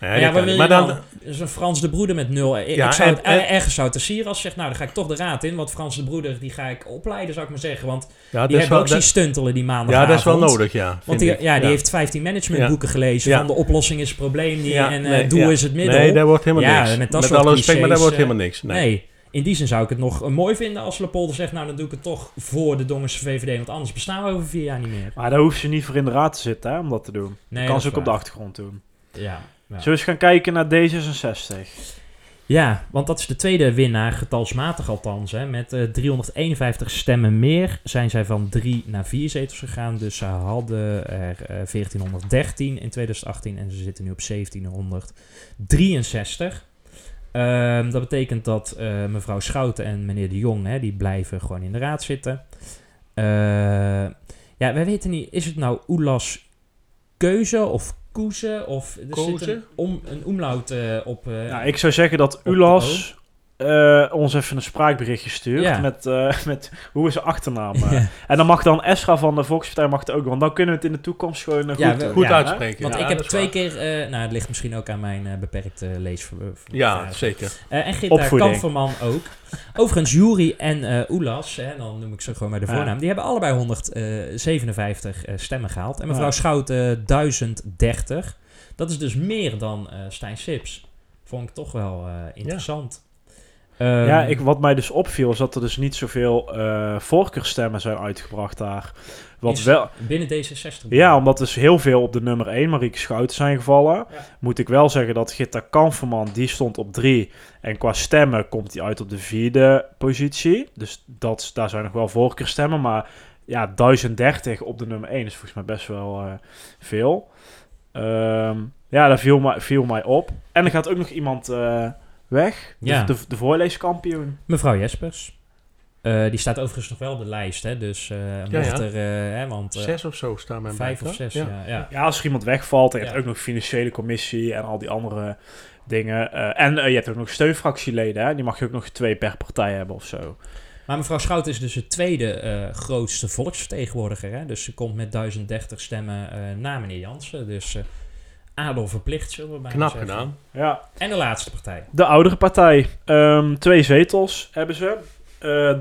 Nee,
Maar
dat
ja, wat
kan
wil
niet.
je nou-
maar
dan?
dan,
Dat is een Frans de Broeder met nul. Ik,
Ja,
ik zou
en-
het,
en-
ergens zou het de Sieras zeggen, nou, dan ga ik toch de raad in. Want Frans de Broeder, die ga ik opleiden, zou ik maar zeggen. Want die
ja, dat is
hebben
wel,
ook zien
dat,
stuntelen die maandagavond.
ja, dat is wel nodig, ja. vind
Want die,
ik.
ja, die heeft 15 managementboeken gelezen.
Ja.
Van de oplossing is het probleem niet
Ja,
en eh,
nee,
doel
ja.
is het middel.
Nee, daar wordt helemaal
Ja,
niks.
met dat soort
alle respect, maar daar
clichés, eh,
wordt helemaal niks.
Nee.
Nee.
in die zin zou ik het nog eh, mooi vinden als Lepolder zegt... nou, dan doe ik het toch voor de Dongense VVD... want anders bestaan we over vier jaar niet meer.
Maar daar hoeft ze niet voor in de raad te zitten, hè, om dat te doen.
Nee,
kan
dat
ze
is
ook op de
waar.
achtergrond doen.
Ja, ja.
Zullen we eens gaan kijken naar D66?
ja, want dat is de tweede winnaar, getalsmatig althans. Hè. Met eh, 351 stemmen meer zijn zij van drie naar vier zetels gegaan. Dus ze hadden er eh, 1413 in 2018 en ze zitten nu op 1763. Ehm, dat betekent dat eh, mevrouw Schouten en meneer De Jong, hè, die blijven gewoon in de raad zitten. Eh, ja, wij weten niet, is het nou Oelas keuze of koeze? Of, er zit
Koze?
een, om, een omlaut eh, op... eh,
Nou, ik zou zeggen dat
de
Ulas eh, ons even een spraakberichtje stuurt
Ja.
met, eh, met hoe is zijn achternaam. eh.
Ja.
En dan mag dan Esra van de Volkspartij mag het ook, want dan kunnen we het in de toekomst gewoon eh,
Ja,
goed,
we-
eh,
Goed
hè?
uitspreken.
Want
ja,
ik heb
dat is
twee
waar.
keer... eh, nou, het ligt misschien ook aan mijn eh, beperkte leesvermogen.
Ja, zeker.
Eh, en Gita
Opvoeding.
Kamperman ook. Overigens, Juri en eh Oelas, hè, dan noem ik ze gewoon bij de
Ja.
voornaam, die hebben allebei 157 eh, stemmen gehaald. En mevrouw
Ja.
Schouten eh, 1030. Dat is dus meer dan eh, Stijn Sips. Vond ik toch wel eh, interessant. Ehm,
ja, ik, wat mij dus opviel is dat er dus niet zoveel eh voorkeurstemmen zijn uitgebracht daar. Wat
Is-
wel,
Binnen D66.
ja, omdat dus heel veel op de nummer 1 Marieke Schouten zijn gevallen. Moet ik wel zeggen dat Gitta Kamferman, die stond op 3. En qua stemmen komt die uit op de vierde positie. Dus dat, is- daar zijn nog wel voorkeurstemmen. Maar ja, 1030 op de nummer 1 is volgens mij best wel eh, veel. Ehm, ja, dat viel mij, viel mij op. En er gaat ook nog iemand eh, weg. De-
Ja.
dus De, de voorleeskampioen.
Mevrouw Jespers. Eh, die staat overigens nog wel op de lijst, hè? Dus eh mocht
ja.
er, eh, hè, want eh,
Zes of zo staan mijn
vijf of zes, ja. ja,
Ja, als er iemand wegvalt, en je
Ja.
hebt ook nog financiële commissie en al die andere dingen. Eh, en eh, je hebt ook nog steunfractieleden, hè? die mag je ook nog twee per partij hebben of zo.
Maar mevrouw Schout is dus de tweede eh, grootste volksvertegenwoordiger, hè? Dus ze komt met 1030 stemmen eh, na meneer Jansen. Dus eh adel verplicht, zullen we bijna
Knap
zeggen.
gedaan.
Ja,
En de laatste partij.
De oudere partij. Ehm, twee zetels hebben ze. Eh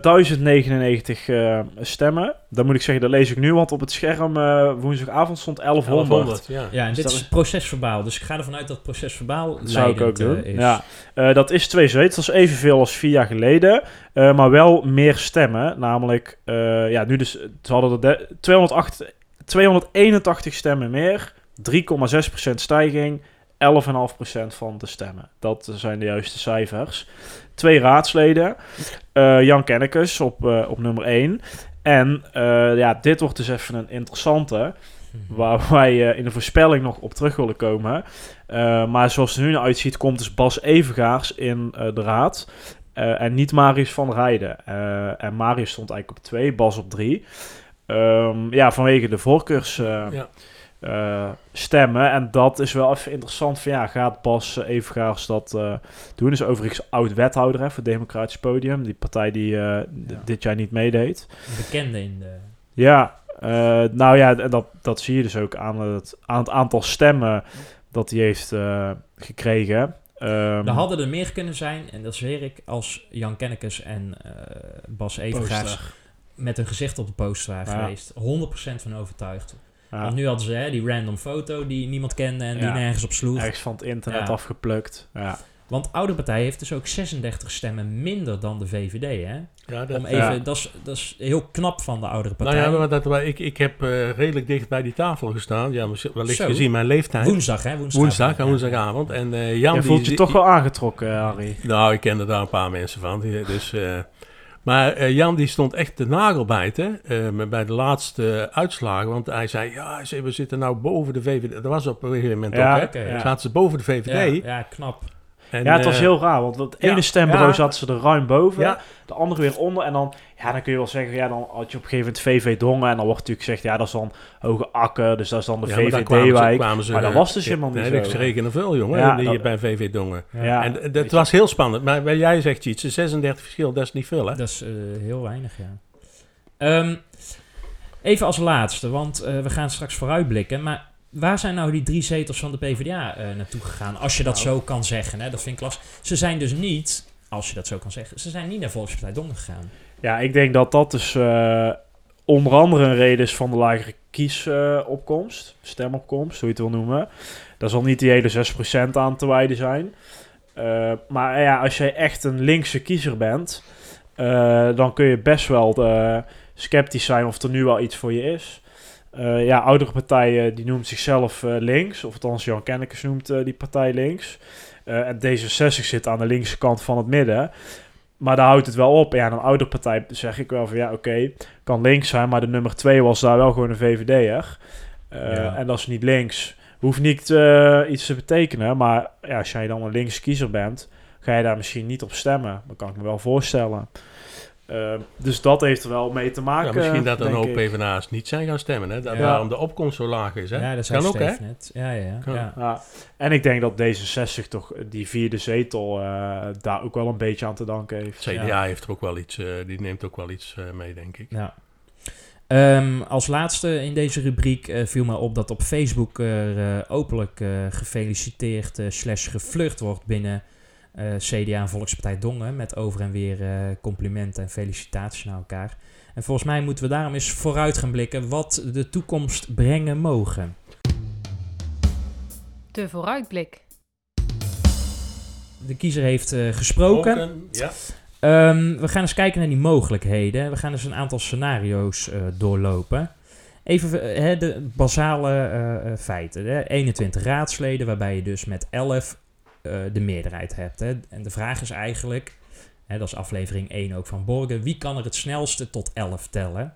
1099 eh, stemmen. Dan moet ik zeggen, dat lees ik nu, want op het scherm eh, woensdagavond stond 1100.
1100, ja.
Ja, en
Dus
dit
dat
is
is-
procesverbaal. Dus ik ga ervan uit dat procesverbaal
Dat zou ik ook
leidend, eh,
doen.
is.
Ja. Eh, dat is twee zetels, evenveel als vier jaar geleden. eh, maar wel meer stemmen. Namelijk, eh, ja, nu dus, ze hadden er de- 208, 281 stemmen meer. 3,6% stijging. 11,5% van de stemmen. Dat zijn de juiste cijfers. Twee raadsleden. eh, Jan Kennekes op, eh, op nummer 1. En eh, ja, dit wordt dus even een interessante.
Hm.
Waar wij eh, in de voorspelling nog op terug willen komen. Eh, maar zoals het er nu naar uitziet, komt dus Bas Evengaars in eh, de raad. Eh, en niet Marius van Rijden. Eh, en Marius stond eigenlijk op 2, Bas op 3. ja, vanwege de voorkeurs. eh,
Ja.
eh, stemmen. En dat is wel even interessant. Van, ja, gaat Bas eh, Evengaars dat eh, doen? Is overigens oud-wethouder hè, voor Democratisch Podium. Die partij die eh, d-
Ja.
dit jaar niet meedeed.
Een bekende in de...
Ja, eh, nou ja, en dat, dat zie je dus ook aan het, aan het aantal stemmen dat hij heeft eh, gekregen. Ehm,
Er hadden er meer kunnen zijn, en dat zweer ik, als Jan Kennekes en eh, Bas Evengaars met hun gezicht op de poster waren
Ja.
geweest. 100% van overtuigd.
ja,
Want nu hadden ze hè, die random foto die niemand kende en die
Ah. Ja.
nergens op sloeg.
ergens van het internet
Ja.
afgeplukt. Ja.
Want Oude Partij heeft dus ook 36 stemmen minder dan de VVD. Hè?
Ja, dat,
Om even,
Ja.
dat, is, dat is heel knap van de Oudere
nou
Partij.
ja, maar dat, wij- ik, ik heb eh, redelijk dicht bij die tafel gestaan. Ja, misschien- wellicht
Zo.
gezien mijn leeftijd.
Woensdag, hè? Woensdag,
Woensdag,
Ja.
ja, woensdagavond. En eh Jan...
Je
die-
voelt je
die-
toch wel aangetrokken, Harry.
Nou, ik kende daar een paar mensen van. die- Dus, eh, maar eh, Jan die stond echt te nagelbijten eh, bij de laatste uitslagen. Want hij zei, ja, ze- we zitten nou boven de VVD. Dat was op een gegeven moment
Ja,
ook, hè.
oké.
ja.
Zaten ze boven de VVD.
Ja, ja, knap.
En,
Ja, het was
eh,
heel raar, want dat ene
ja.
stembureau
Ja.
zat ze er ruim boven,
Ja.
de andere weer onder. En dan, ja, dan kun je wel zeggen, ja, dan had je op een gegeven moment VV Dongen. En dan wordt natuurlijk gezegd, ja, dat is dan Hoge Akker, dus dat is dan de
ja, maar daar kwamen ze-
VVD-wijk.
kwamen ze-
Maar dat was dus helemaal
Nee,
niet
dat is
zo.
regen en veel, jongen,
Ja,
die
dat-
bij VV Dongen.
Ja.
Ja.
en eh,
weet
dat
je.
was heel spannend. Maar wat jij zegt iets, 36 verschil, dat is niet veel, hè?
Dat is eh, heel weinig, ja. Ehm, even als laatste, want eh, we gaan straks vooruitblikken. Maar waar zijn nou die drie zetels van de PvdA eh, naartoe gegaan? Als je dat
Nou.
zo kan zeggen, hè? dat vind ik lastig. Ze zijn dus niet, als je dat zo kan zeggen, ze zijn niet naar Volkspartij Donner gegaan.
Ja, ik denk dat dat dus eh, onder andere een reden is van de lagere kiesopkomst, stemopkomst, hoe je het wil noemen. Daar zal niet die hele 6% aan te wijden zijn. Eh, maar ja, als jij echt een linkse kiezer bent, eh, dan kun je best wel eh, sceptisch zijn of er nu wel iets voor je is. Eh, ja, oudere partijen die noemt zichzelf eh, links, of althans Jan Kennekes noemt eh, die partij links. Eh, en D66 zit aan de linkse kant van het midden. Maar daar houdt het wel op. Ja, en een oudere partij zeg ik wel van ja, oké, kan links zijn, maar de nummer 2 was daar wel gewoon een VVD'er. Eh,
Ja.
En dat is niet links. Hoeft niet eh, iets te betekenen, maar ja, als jij dan een linkse kiezer bent, ga je daar misschien niet op stemmen. Dat kan ik me wel voorstellen. Eh, dus dat heeft er wel mee te
Ja,
maken.
misschien dat een
eh, denk
hoop
ik.
PvdA's niet zijn gaan stemmen, hè? Da-
Ja.
Daarom de opkomst zo laag is, hè?
Ja, dat
kan
zei
ook, hè?
Steve net. Ja, ja,
Kan.
ja.
Ja. En ik denk dat D66 toch die vierde zetel eh, daar ook wel een beetje aan te danken heeft.
CDA
Ja.
heeft er ook wel iets, eh, die neemt ook wel iets eh, mee, denk ik.
Ja. Ehm, als laatste in deze rubriek eh, viel mij op dat op Facebook er eh, openlijk eh, gefeliciteerd eh, slash geflirt wordt binnen eh, CDA en Volkspartij Dongen met over en weer eh, complimenten en felicitaties naar elkaar. En volgens mij moeten we daarom eens vooruit gaan blikken wat de toekomst brengen mogen.
De vooruitblik.
de kiezer heeft eh, gesproken.
Roken, Ja.
Ehm, we gaan eens kijken naar die mogelijkheden. We gaan eens een aantal scenario's eh, doorlopen. Even eh, hè, de basale eh, eh, feiten. Hè? 21 raadsleden, waarbij je dus met 11 eh, de meerderheid hebt. Hè? En de vraag is eigenlijk, hè, dat is aflevering 1 ook van Borgen, wie kan er het snelste tot 11 tellen?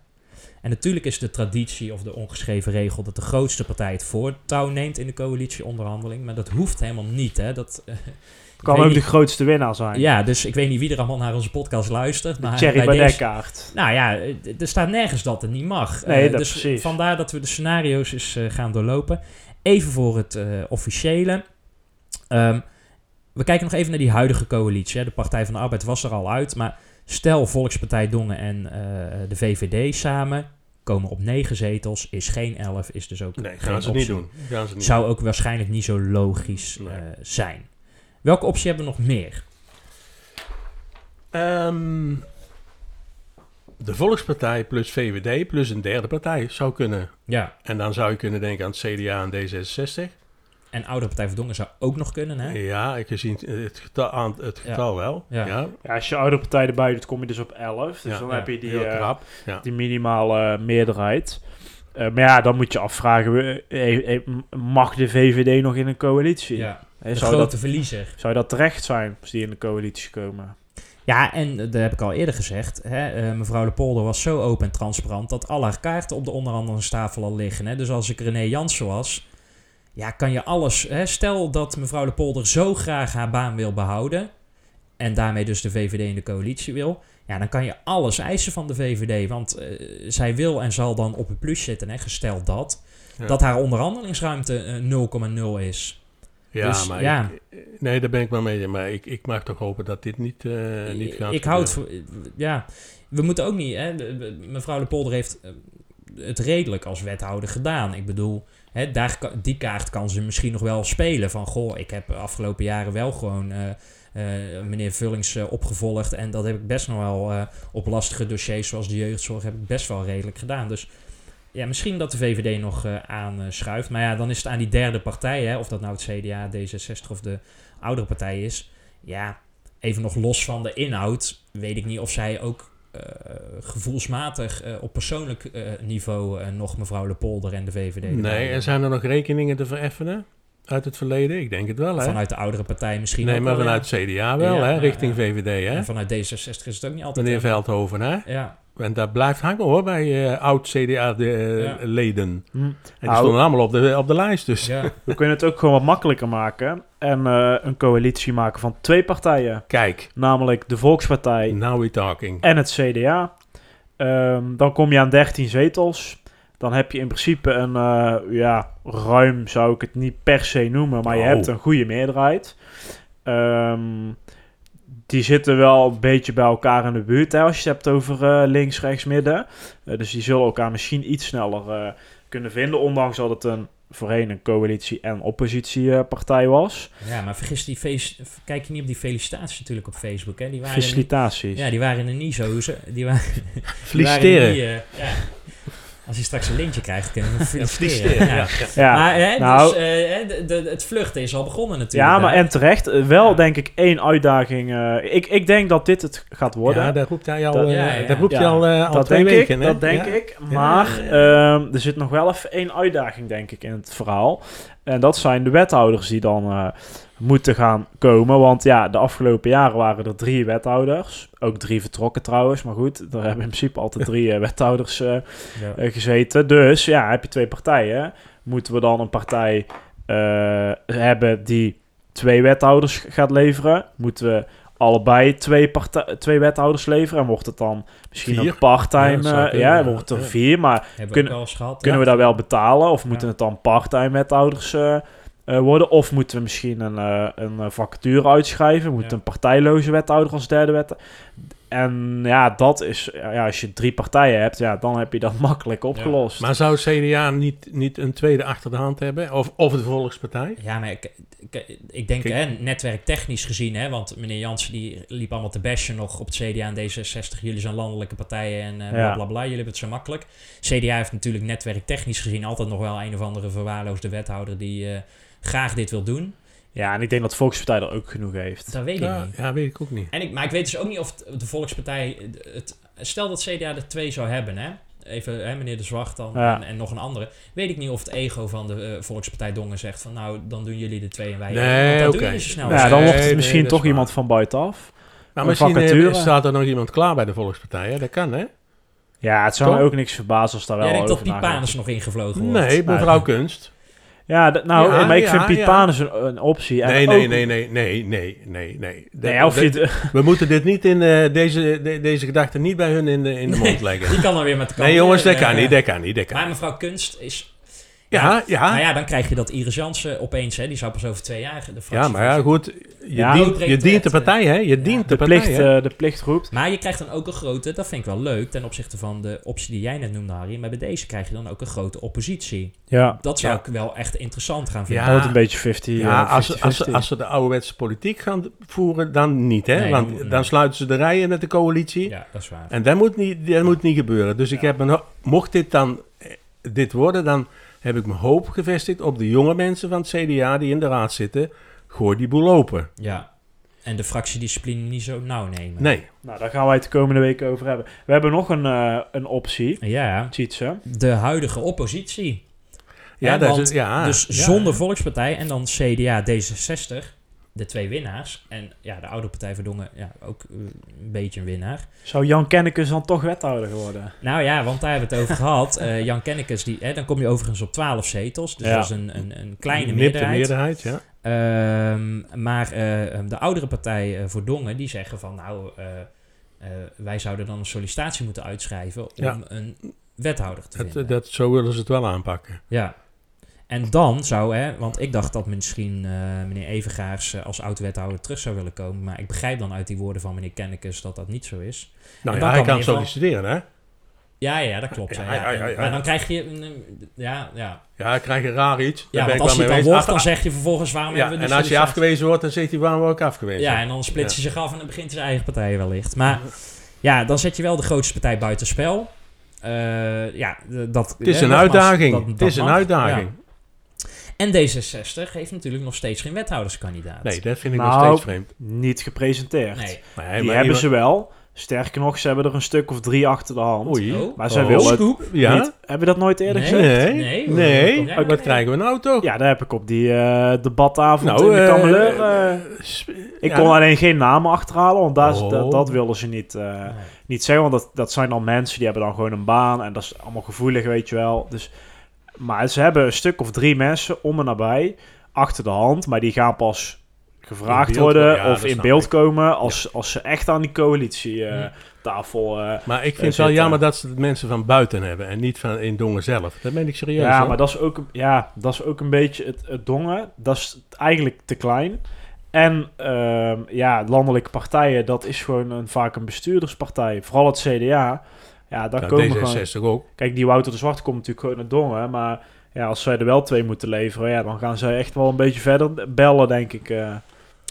En natuurlijk is de traditie of de ongeschreven regel dat de grootste partij het voortouw neemt in de coalitieonderhandeling. Maar dat hoeft helemaal niet. Hè? Dat, eh, ik
Kan
weet
ook
niet-
de grootste winnaar zijn.
ja, dus ik weet niet wie er allemaal naar onze podcast luistert. Maar
Thierry
bij
Baudet
deze-
kaart.
Nou ja, eh, er staat nergens dat het niet mag.
Nee,
Eh,
dat
dus
precies.
Vandaar dat we de scenario's eens eh, gaan doorlopen. Even voor het eh, officiële. Ehm, we kijken nog even naar die huidige coalitie. Hè. De Partij van de Arbeid was er al uit. Maar stel Volkspartij Dongen en eh, de VVD samen komen op negen zetels. Is geen elf, is dus ook
Nee,
geen
gaan ze
optie.
niet doen. Gaan ze niet
Zou ook waarschijnlijk niet zo logisch
Nee.
eh, zijn. Welke optie hebben we nog meer?
Ehm, de Volkspartij plus VVD plus een derde partij zou kunnen.
Ja.
En dan zou je kunnen denken aan het CDA en D66.
En Oude Partij voor Dongen zou ook nog kunnen, hè?
Ja, ik gezien het getal, aan het getal wel.
Ja.
Ja.
Ja, als je oude partij erbij doet, kom je dus op 11. Dus
Ja.
dan
Ja.
heb je die,
Heel
eh,
krap. Ja.
die minimale meerderheid. Eh, maar ja, dan moet je afvragen, we- eh, eh, mag de VVD nog in een coalitie?
Ja,
Eh,
de
zou,
grote
dat,
verliezer.
zou dat terecht zijn als die in de coalitie komen?
Ja, en eh, dat heb ik al eerder gezegd. Hè, eh, mevrouw Le Polder was zo open en transparant dat al haar kaarten op de onderhandelingstafel al liggen. Hè? Dus als ik René Jansen was, ja, kan je alles... Hè? Stel dat mevrouw Le Polder zo graag haar baan wil behouden en daarmee dus de VVD in de coalitie wil... Ja, dan kan je alles eisen van de VVD, want eh, zij wil en zal dan op het plus zitten, hè, gesteld dat...
Ja.
dat haar onderhandelingsruimte eh, 0,0 is.
Ja,
Dus,
maar
ja.
ik- eh, nee, daar ben ik maar mee. Maar ik, ik mag toch hopen dat dit niet, eh niet gaat
ik houd voor. Ja, we moeten ook niet. Hè, de- de- mevrouw Le Polder heeft eh, het redelijk als wethouder gedaan. Ik bedoel, hè, daar, kan- die kaart kan ze misschien nog wel spelen. Van goh, ik heb de afgelopen jaren wel gewoon. eh, eh, meneer Vullings eh, opgevolgd. En dat heb ik best nog wel eh, op lastige dossiers zoals de jeugdzorg heb ik best wel redelijk gedaan. Dus ja, misschien dat de VVD nog eh, aan aanschuift. Maar ja, dan is het aan die derde partij, hè, of dat nou het CDA, D66 of de oudere partij is. Ja, even nog los van de inhoud, weet ik niet of zij ook eh, gevoelsmatig eh, op persoonlijk eh, niveau eh, nog mevrouw Le Polder en de VVD. erbij
Nee, en
hebben.
zijn er nog rekeningen te vereffenen uit het verleden? Ik denk het wel, hè?
Vanuit de oudere partij misschien
Nee,
ook
maar
wel, ja.
vanuit CDA wel,
Ja,
hè?
ja,
Richting
ja.
VVD, hè?
En vanuit D66 is het ook niet altijd...
Meneer
hè.
Veldhoven, hè?
Ja,
En dat blijft hangen hoor, bij eh,
Ja.
oud-CDA-leden.
Hm.
eh, En die
Nou,
stonden allemaal op de, op de lijst, dus.
ja.
we kunnen het ook gewoon wat makkelijker maken. En eh, een coalitie maken van twee partijen.
Kijk,
Namelijk de Volkspartij
now we talking.
en het CDA. Ehm, dan kom je aan 13 zetels. Dan heb je in principe een, eh, ja, ruim zou ik het niet per se noemen, maar je
Oh.
hebt een goede meerderheid. Ehm, die zitten wel een beetje bij elkaar in de buurt, hè, als je het hebt over eh, links, rechts, midden. Eh, dus die zullen elkaar misschien iets sneller eh, kunnen vinden, ondanks dat het een, voorheen een coalitie- en oppositiepartij was.
ja, maar vergis die feest... Kijk je niet op die felicitaties natuurlijk op Facebook, hè? Die waren er niet-
Facilitaties.
Ja, die waren er niet zo... ze- Die waren, die waren er
Feliciteren.
niet, eh, ja. Als je straks een lintje krijgt, kunnen we hem feliciteren. Ja.
Feliciteren, ja.
Ja.
Maar hè,
nou-
dus, eh, hè, de, de- het vluchten is al begonnen natuurlijk.
Ja, maar
hè.
en terecht. Eh, Wel
Ja.
denk ik één uitdaging. eh, ik, ik denk dat dit het gaat worden.
Ja, daar roept hij al,
Dat-
eh,
ja, ja.
Daar roept hij
Ja.
al, eh, al
dat
twee
denk
weken,
ik.
hè?
Dat denk
Ja.
ik. Maar
Ja, ja,
ehm, er zit nog wel even één uitdaging, denk ik, in het verhaal. En dat zijn de wethouders die dan eh, moeten gaan komen. Want ja, de afgelopen jaren waren er drie wethouders. Ook drie vertrokken trouwens. Maar goed, er hebben in principe altijd drie eh, wethouders eh,
Ja.
eh, gezeten. Dus ja, heb je twee partijen. Moeten we dan een partij eh, hebben die twee wethouders gaat leveren? Moeten we allebei twee, partij, twee wethouders leveren? En wordt het dan misschien
Vier?
een part-time?
Ja,
eh,
dat
Ja,
zou kunnen, ja.
wordt er
Ja.
vier, maar
Hebben we
kunnen-
ook al eens gehad.
kunnen we
ja.
dat wel betalen? Of moeten
Ja.
het dan part-time wethouders eh, eh, worden? Of moeten we misschien een, eh, een eh, vacature uitschrijven? Moet
Ja.
een partijloze wethouder als derde wet? En ja, dat is... Ja, als je drie partijen hebt, ja, dan heb je dat makkelijk opgelost.
Maar zou het CDA niet, niet een tweede achter de hand hebben? Of, of de Volkspartij?
Ja, maar ik, ik, ik denk
Kijk.
hè, netwerktechnisch gezien, hè, want meneer Jansen die liep allemaal te bashen nog op het CDA en D66. Jullie zijn landelijke partijen en eh, bla
Ja.
bla bla. Jullie hebben het zo makkelijk. CDA heeft natuurlijk netwerktechnisch gezien altijd nog wel een of andere verwaarloosde wethouder die eh, graag dit wil doen.
Ja, en ik denk dat de Volkspartij er ook genoeg heeft.
Dat weet ik
Ja,
niet.
ja, weet ik ook niet.
En ik, maar ik weet dus ook niet of t- de Volkspartij... eh, Het, stel dat CDA er twee zou hebben, hè? Even hè, meneer De Zwart dan
Ja.
en, en nog een andere. Weet ik niet of het ego van de eh, Volkspartij Dongen zegt van... Nou, dan doen jullie de twee en wij...
Nee,
want dat
oké.
doen jullie zo snel.
Nou,
ja, dan
nee,
wordt het
nee,
misschien
dat is
toch
waar.
iemand van buitenaf.
Maar
Een
misschien eh,
vacature.
staat er nog iemand klaar bij de Volkspartij, hè? Dat kan, hè?
Ja, het zou me
Toch?
ook niks verbazen als daar wel
Jij denkt dat
over
Piet
nagedacht
Panus nog ingevlogen wordt.
Nee, mevrouw Kunst.
Ja, d- nou,
Ja,
maar ik
ja,
vind Piet
ja.
Panus een, een optie. En
Nee, nee,
ook-
nee, nee, nee, nee, nee, nee. Dat-
Nee, of je
dat-
het-
We moeten dit niet in eh, deze, de- deze gedachten niet bij hun in de, in de mond leggen.
Die kan dan weer met de kant.
Nee, jongens, dat kan
Eh,
niet, dat kan niet, dat Ah. kan
Maar
niet.
mevrouw Kunst is...
Ja, ja,
Nou ja, dan krijg je dat Iris Jansen opeens, hè. Die zou pas over twee jaar de
ja,
fractie
maar ja, goed. Je,
Ja.
dient, je dient de partij, hè? Je dient de
de,
partij,
plicht,
hè?
eh, de plicht roept.
Maar je krijgt dan ook een grote, dat vind ik wel leuk, ten opzichte van de optie die jij net noemde, Harry. Maar bij deze krijg je dan ook een grote oppositie.
Ja,
Dat zou
Ja.
ik wel echt interessant gaan vinden.
Ja.
dan wordt het een beetje 50.
Ja,
eh,
als, ze- als,
50-50.
ze- als ze de ouderwetse politiek gaan voeren, dan niet, hè?
Nee,
Want
dan-
dan,
nee.
sluiten ze de rijen met de coalitie.
Ja, dat is waar.
En dat moet niet, dat moet niet gebeuren. Dus ik heb een, ho- mocht dit dan eh, dit worden, dan heb ik mijn hoop gevestigd op de jonge mensen van het CDA die in de raad zitten. Gooi die boel open.
Ja. En de fractiediscipline niet zo nauw nemen.
Nee.
Nou, daar gaan wij het de komende weken over hebben. We hebben nog een, eh, een optie.
Ja,
Tjitse.
de huidige oppositie.
Ja,
Hè,
dat is
want
het- ja.
Dus
Ja.
zonder Volkspartij en dan CDA D66, de twee winnaars. En ja, de oude Partij Verdongen, ja, ook eh, een beetje een winnaar.
Zou Jan Kennekes dan toch wethouder geworden?
Nou ja, want daar hebben we het over gehad. Eh, Jan Kennekes, die, hè, dan kom je overigens op 12 zetels. Dus
Ja.
dat is een, een, een kleine
Nipte
meerderheid.
meerderheid, ja.
Ehm, maar eh, de oudere partij eh, voor Dongen, die zeggen van... nou, eh, eh, wij zouden dan een sollicitatie moeten uitschrijven... om
Ja. eh,
een wethouder te vinden.
Dat, dat, zo willen ze het wel aanpakken.
Ja. En dan zou, hè, want ik dacht dat misschien eh, meneer Evengaars eh, als oud-wethouder terug zou willen komen. Maar ik begrijp dan uit die woorden van meneer Kennekes dat dat niet zo is.
Nou
En
ja,
dan kan
hij kan
in ieder geval-
solliciteren, hè?
Ja, ja, dat klopt.
Ja,
hè,
ja, ja, ja,
Maar dan
ja.
krijg je... een, eh, ja, ja.
Ja, hij krijgt een raar iets. Daar
Ja,
ben
want
ik
als je het
wel mee
dan
eens.
wordt, dan
Af-
zeg je vervolgens waarom
ja,
hebben we
en
de
als je
sollicitatie-
afgewezen wordt, dan zegt hij waarom word ik afgewezen.
Ja, en dan splitsen ze zich af en dan begint zijn eigen partij wellicht. Maar ja, dan zet je wel de grootste partij buitenspel. Eh ja, d- dat,
Het is
hè,
een
nogmaals,
uitdaging.
dat-
het
dat
is een
mag.
uitdaging.
Ja. En D66 heeft natuurlijk nog steeds geen wethouderskandidaat.
Nee, dat vind ik nog
Nou,
steeds vreemd.
Niet gepresenteerd.
Nee.
Nee,
Die
maar
hebben
iemand-
ze wel. Sterker nog, ze hebben er een stuk of drie achter de hand.
Oei.
Oh.
Maar zij
Oh.
willen het
Scoop, ja?
niet. Hebben we dat nooit eerder
Nee.
gezegd?
Nee,
Nee, Oh,
nee.
hoor. Ja,
Wat
nee.
krijgen we nou toch?
Ja, daar heb ik op die eh, debatavond
Nou,
in de
eh,
Kameleur...
eh,
eh,
sp-
ik
ja.
kon alleen geen namen achterhalen, want daar,
Oh.
dat, dat wilden ze niet, eh,
Nee.
niet zeggen. Want dat, dat zijn dan mensen die hebben dan gewoon een baan en dat is allemaal gevoelig, weet je wel. Dus, maar ze hebben een stuk of drie mensen om en nabij achter de hand, maar die gaan pas
In
gevraagd
beeld
worden
komen, ja,
of
dat
in
snap
beeld
ik. Hm.
komen als, als ze echt aan die coalitietafel.
Maar ik vind
Eh,
het wel
zit,
jammer
eh,
dat ze de mensen van buiten hebben en niet van in Dongen zelf. Dat ben ik serieus.
ja,
hoor.
maar dat is ook, een- ja, dat is ook een beetje het, het dongen. Dat is eigenlijk te klein. En ehm, ja, landelijke partijen, dat is gewoon een, vaak een bestuurderspartij. Vooral het CDA. Ja, daar
Nou,
komen gewoon...
D66 ook.
Kijk, die Wouter de Zwart komt natuurlijk gewoon naar dongen. Maar ja, als zij er wel twee moeten leveren, ja, dan gaan zij echt wel een beetje verder bellen, denk ik, eh,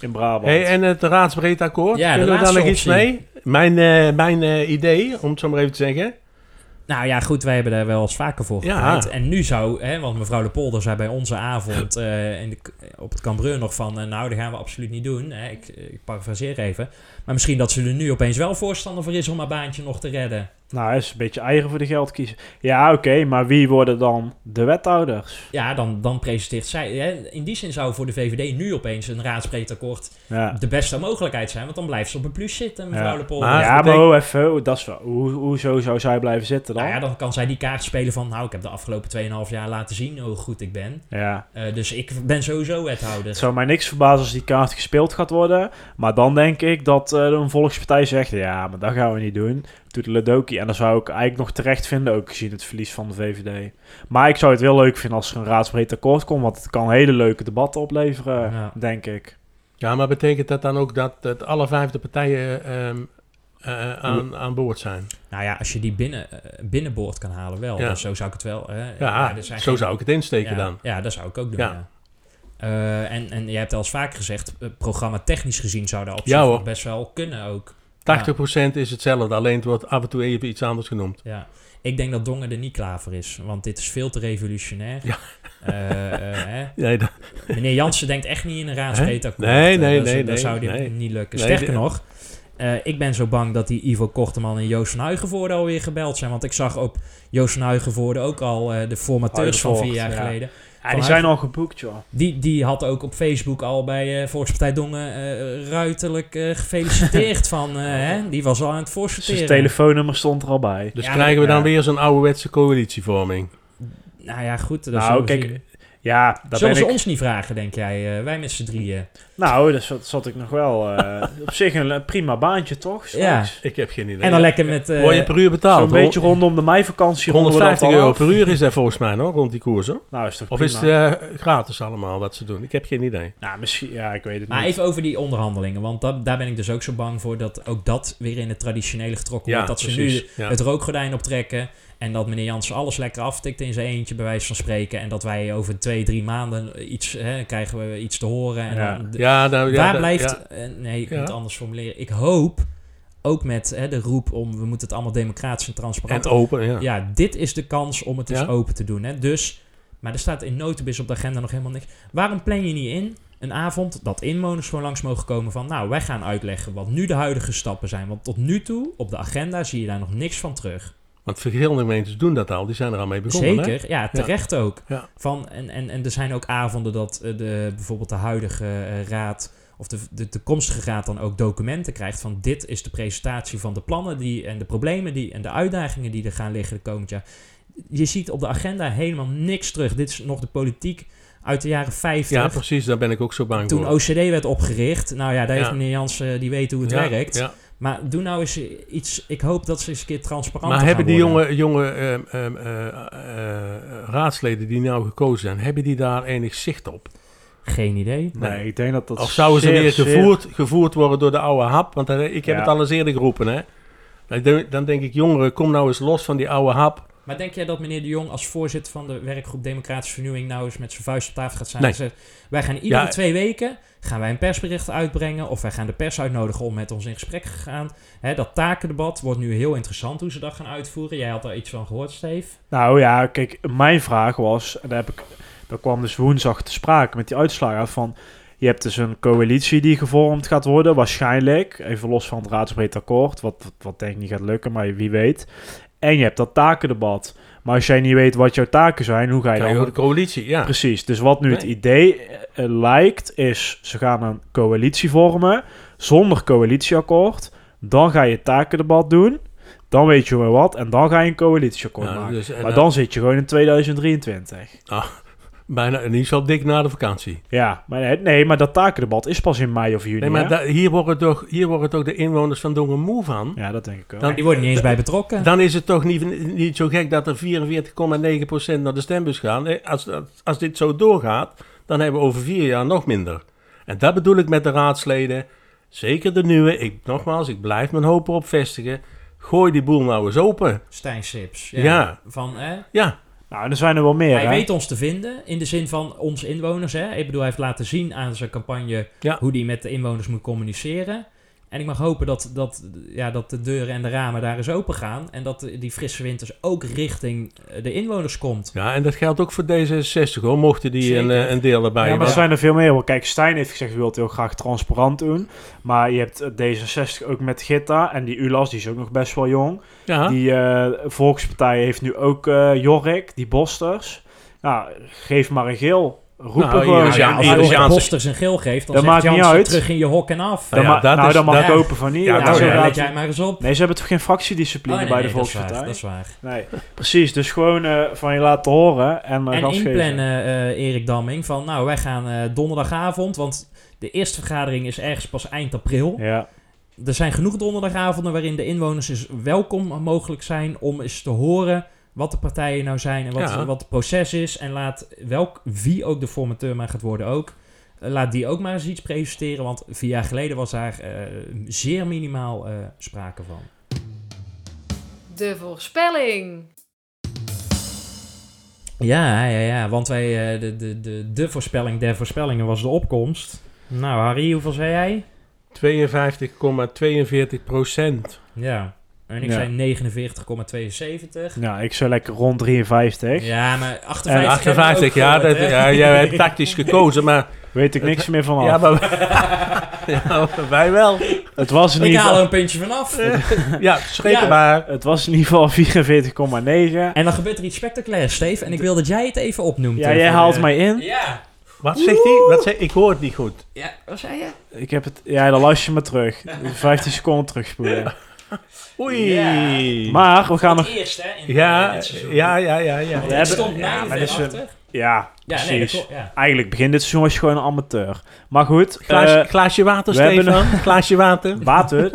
in Brabant.
Hey, en het raadsbreed akkoord,
Ja, de
kunnen we daar nog
laatste
iets
optie.
mee? Mijn, eh, mijn eh, idee, om het zo maar even te zeggen.
Nou ja, goed, wij hebben daar wel eens vaker voor
Ja.
gepleit. En nu zou, hè, want mevrouw De Polder zei bij onze avond eh, in de, op het Cambreur nog van... eh, nou, dat gaan we absoluut niet doen. Hè. Ik, ik parafraseer even. Maar misschien dat ze er nu opeens wel voorstander voor is om haar baantje nog te redden.
Nou, dat is een beetje eieren voor de geld kiezen. Ja, oké, maar wie worden dan de wethouders?
Ja, dan, dan presenteert zij... Hè. In die zin zou voor de VVD nu opeens een raadsbreedakkoord
Ja.
de beste mogelijkheid zijn. Want dan blijft ze op een plus zitten, mevrouw
Ja.
De Polder.
Maar-
ja,
dat
maar
betek-
hoe even, hoe- dat is wel, hoe, hoezo zou zij blijven zitten dan?
Nou ja, dan kan zij die kaart spelen van... nou, ik heb de afgelopen 2,5 jaar laten zien hoe goed ik ben.
Ja,
Eh, dus ik ben sowieso wethouder.
het zou mij niks verbazen als die kaart gespeeld gaat worden. Maar dan denk ik dat eh, een volkspartij zegt, ja, maar dat gaan we niet doen. Toedeledokie. En dan zou ik eigenlijk nog terecht vinden, ook gezien het verlies van de VVD. Maar ik zou het wel leuk vinden als er een raadsbreed akkoord komt, want het kan hele leuke debatten opleveren,
Ja.
denk ik.
Ja, maar betekent dat dan ook dat, dat alle vijfde partijen ehm, eh, aan, aan boord zijn?
Nou ja, als je die binnen, eh, binnenboord kan halen wel.
Ja.
Dus zo zou ik het wel... hè.
Ja,
er zijn
zo
geen-
zou ik het insteken
ja,
dan.
Ja, dat zou ik ook doen, ja.
Ja.
Eh, en, en je hebt al eens vaak gezegd, eh, programma technisch gezien zou daar op
Ja,
zich
hoor.
nog best wel kunnen ook.
80% is hetzelfde, alleen het wordt af en toe even iets anders genoemd.
Ja. Ik denk dat Dongen er niet klaar voor is, want dit is veel te revolutionair.
Ja.
Eh, eh, hè.
Nee, dat,
Meneer Jansen denkt echt niet in een raadspreetakkoord.
Hè? Nee,
Eh,
nee,
dat zou-
nee,
Dat
nee,
zou die
nee.
niet lukken.
Nee,
Sterker
die-
nog, eh, ik ben zo bang dat die Ivo Korteman en Joost van Huigenvoorde alweer gebeld zijn. Want ik zag op Joost van Huigenvoorde ook al eh, de formateurs
Oh,
van vier jaar
Huigenvoort, ja.
geleden.
Ja,
Van
die zijn al geboekt, joh.
Die, die had ook op Facebook al bij eh Volkspartij Dongen eh, ruiterlijk eh, gefeliciteerd van... eh, hè? Die was al aan het
Zijn
voorsorteren.
telefoonnummer stond er al bij.
dus
Ja,
krijgen we dan
ja.
weer zo'n ouderwetse coalitievorming.
Nou ja, goed. Dat
Nou,
zullen
kijk,
ze,
ja, dat
zullen
ben
ze
ik.
ons niet vragen, denk jij? eh, wij met z'n drieën.
Nou, dat zat, zat ik nog wel. eh, op zich een, een prima baantje, toch?
Ja.
Straks.
Ik heb geen idee.
En dan lekker met... eh,
Word je per uur betaald?
Zo'n
hoor.
beetje rondom de meivakantie. ronden we dat
150
al
euro
af.
per uur is dat volgens mij nog, rond die koersen.
Nou, is toch
Of
prima.
is het eh, gratis allemaal wat ze doen? Ik heb geen idee.
Nou, misschien... Ja, ik weet het
Maar
niet.
even over die onderhandelingen, want da- daar ben ik dus ook zo bang voor dat ook dat weer in het traditionele getrokken
Ja,
wordt. Dat ze nu
precies, ja.
het rookgordijn optrekken en dat meneer Jansen alles lekker aftikt in zijn eentje, bij wijze van spreken. En dat wij over twee, drie maanden iets hè, krijgen we iets te horen. En
Ja.
dan, de-
Ja, nou, ja,
waar
dat-
blijft.
ja.
eh, nee, ik
Ja.
moet het anders formuleren. Ik hoop ook met hè, de roep om we moeten het allemaal democratisch en transparant.
En open, ja.
ja, dit is de kans om het dus
Ja.
open te doen. Hè. Dus, maar er staat in notenbis op de agenda nog helemaal niks. Waarom plan je niet in een avond dat inwoners gewoon langs mogen komen van... nou, wij gaan uitleggen wat nu de huidige stappen zijn. Want tot nu toe, op de agenda, zie je daar nog niks van terug.
Want verschillende gemeentes doen dat al. Die zijn er al mee begonnen. hè?
Zeker, ja, terecht ook.
Ja.
Van, en, en, en er zijn ook avonden dat eh, de, bijvoorbeeld de huidige eh, raad... of de, de toekomstige raad dan ook documenten krijgt van... dit is de presentatie van de plannen die, en de problemen die, en de uitdagingen die er gaan liggen de komend jaar. Je ziet op de agenda helemaal niks terug. Dit is nog de politiek uit de jaren 50.
Ja, precies. Daar ben ik ook zo bang
toen
voor.
OCD werd opgericht. Nou ja, daar heeft
Ja.
meneer Jansen, die weet hoe het
Ja,
werkt.
ja.
Maar doe nou eens iets... Ik hoop dat ze eens een keer transparant
Maar hebben die jonge, jonge ehm, ehm, eh, eh, raadsleden die nou gekozen zijn, hebben die daar enig zicht op?
Geen idee.
Nee, ik denk dat dat...
Of zouden ze
zeer,
weer
zeer-
gevoerd, gevoerd worden door de oude hap? Want dan- ik heb
Ja.
het al eens eerder geroepen, hè. Dan denk- Dan denk ik, jongeren, kom nou eens los van die oude hap.
Maar denk jij dat meneer De Jong als voorzitter van de werkgroep Democratische Vernieuwing nou eens met zijn vuist op tafel gaat staan
Nee.
en zegt: Wij gaan iedere
Ja.
twee weken gaan wij een persbericht uitbrengen of wij gaan de pers uitnodigen om met ons in gesprek te gaan. Hè, dat takendebat wordt nu heel interessant hoe ze dat gaan uitvoeren. Jij had daar iets van gehoord, Steve.
Nou ja, kijk, mijn vraag was, en daar, heb ik, daar kwam dus woensdag te sprake met die uitslagen uit van, je hebt dus een coalitie die gevormd gaat worden, waarschijnlijk, even los van het raadsbreed akkoord, wat, wat, wat denk ik niet gaat lukken, maar wie weet. En je hebt dat takendebat. Maar als jij niet weet wat jouw taken zijn, hoe ga je
Krijg je
dan...
ook de coalitie, ja.
Precies, dus wat nu het
Nee.
idee eh, eh, lijkt, is ze gaan een coalitie vormen zonder coalitieakkoord. Dan ga je het takendebat doen, dan weet je weer wat en dan ga je een coalitieakkoord
Ja,
maken.
dus- en
Maar
dan-
dan zit je gewoon in 2023.
Bijna, in ieder geval dik na de vakantie.
Ja, maar nee, nee, maar dat takendebat is pas in mei of juni.
Nee, maar
hè?
da- hier, worden toch, hier worden toch de inwoners van Dongen moe van?
Ja, dat denk ik ook.
Dan-
Die worden niet eens bij betrokken.
Dan is het toch niet, niet zo gek dat er 44,9% naar de stembus gaan. Eh, Als, als dit zo doorgaat, dan hebben we over vier jaar nog minder. En dat bedoel ik met de raadsleden. Zeker de nieuwe. Ik, nogmaals, ik blijf mijn hoop erop vestigen. Gooi die boel nou eens open.
Stijn Sips.
Ja.
Van, hè,
Ja,
Nou, en er zijn er wel meer,
Hij
hè?
weet ons te vinden in de zin van ons inwoners. Hè? Ik bedoel, hij heeft laten zien aan zijn campagne
Ja.
hoe hij met de inwoners moet communiceren. En ik mag hopen dat, dat, ja, dat de deuren en de ramen daar eens open gaan. En dat die frisse wind dus ook richting eh, de inwoners komt.
ja en dat geldt ook voor D66 hoor. Mochten die een,
Zeker.
eh, een deel erbij
Ja, maar er
hebben.
zijn er veel meer. hoor. Kijk, Stijn heeft gezegd, hij wil het heel graag transparant doen. Maar je hebt eh, D66 ook met Gitta. En die Ulas, die is ook nog best wel jong.
Ja,
Die eh, Volkspartij heeft nu ook eh, Jorik, die Bosters. Nou, geef maar een geel. Roepen
Nou,
gewoon.
Iris
Nou ja,
Jan-
als
Iris
je
Jansen-
Posters een geel geeft, dan
Dat
zegt
maakt niet
Jansen
uit.
terug in je hok en af.
Dan
Ja,
ma-
dat
nou,
is-
dan mag
dat-
ik open van hier.
Ja,
Nou,
dat-
nou,
zo
ja,
laat-
let jij maar eens op.
Nee, ze hebben toch geen fractiediscipline
Oh, nee,
bij de
nee, dat is waar,
Volkspartij?
Dat is waar.
Nee, precies. Dus gewoon eh, van je laten horen en eh
En
gas geven.
inplannen, eh, Erik Damming, van nou, wij gaan eh, donderdagavond, want de eerste vergadering is ergens pas eind april.
Ja,
Er zijn genoeg donderdagavonden waarin de inwoners eens welkom mogelijk zijn om eens te horen wat de partijen nou zijn en wat,
Ja.
wat het proces is. En laat welk, wie ook de formateur maar gaat worden ook, eh, laat die ook maar eens iets presenteren. Want vier jaar geleden was daar eh, zeer minimaal eh, sprake van.
De voorspelling.
Ja, ja, ja, want wij, eh, de, de, de, de voorspelling der voorspellingen was de opkomst. Nou, Harry, hoeveel zei jij?
52,42 procent.
Ja. En ik
Ja.
zei 49,72.
Nou, ik zou lekker rond 53.
Ja, maar 58,
En
hebben we
58,
ook
ja,
gehoord,
dat,
hè?
ja, jij hebt tactisch gekozen, maar,
Weet ik niks meer vanaf.
ja, maar ja, wij wel.
het, was in
Ik
ieder
haal er
geval,
een puntje vanaf.
Ja, schrik
Ja.
maar.
het was in ieder geval 44,9.
En dan gebeurt er iets spectaculairs, Steve. En ik wil dat jij het even opnoemt.
Ja,
eh,
jij
voor
haalt
de-
mij in.
Ja.
Wat zegt hij? Wat zegt, ik hoor het niet goed.
Ja, wat zei je?
Ik heb het... Ja, dan luister je me terug. 15 seconden terugspoelen.
Oei.
Ja.
Maar we gaan nog...
Eerst, hè? in, eh,
Ja,
dit seizoen.
ja, ja, ja, ja.
Want
We
het
hebben-
stond mij
ja, maar dit is een-
achter.
Ja,
Ja, nee, dat
precies.
klopt, ja.
Eigenlijk begin dit seizoen was je gewoon een amateur. Maar goed,
Glaas-
eh,
glaasje water,
we hebben
Stefan. Glaasje water.
water.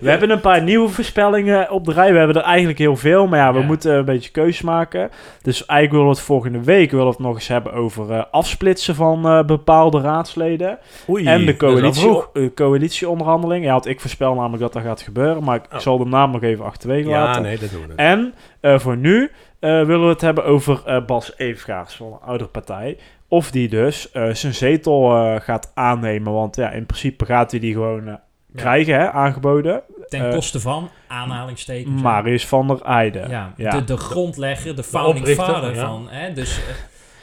We hebben een paar nieuwe voorspellingen op de rij. We hebben er eigenlijk heel veel, maar ja, we
Ja.
moeten een beetje keus maken. Dus eigenlijk willen we het volgende week willen we het nog eens hebben over eh, afsplitsen van eh, bepaalde raadsleden.
Oei.
en de
dat is al
coalitie,
vroeg.
eh, coalitieonderhandeling. Ja, want ik voorspel namelijk dat dat gaat gebeuren, maar ik
Oh.
zal de naam nog even achterwege
Ja,
laten.
nee, dat doen we. niet.
En eh, voor nu eh, willen we het hebben over eh, Bas Eefgaars van de oudere partij. Of die dus eh, zijn zetel eh, gaat aannemen. Want ja, in principe gaat hij die gewoon eh, krijgen, hè, aangeboden.
Ten
Eh,
koste van, aanhalingstekens. hè.
Marius van der Eijden.
Ja,
Ja.
De, de grondlegger, de founding
oprichter,
father
ja.
van. Hè? Dus eh,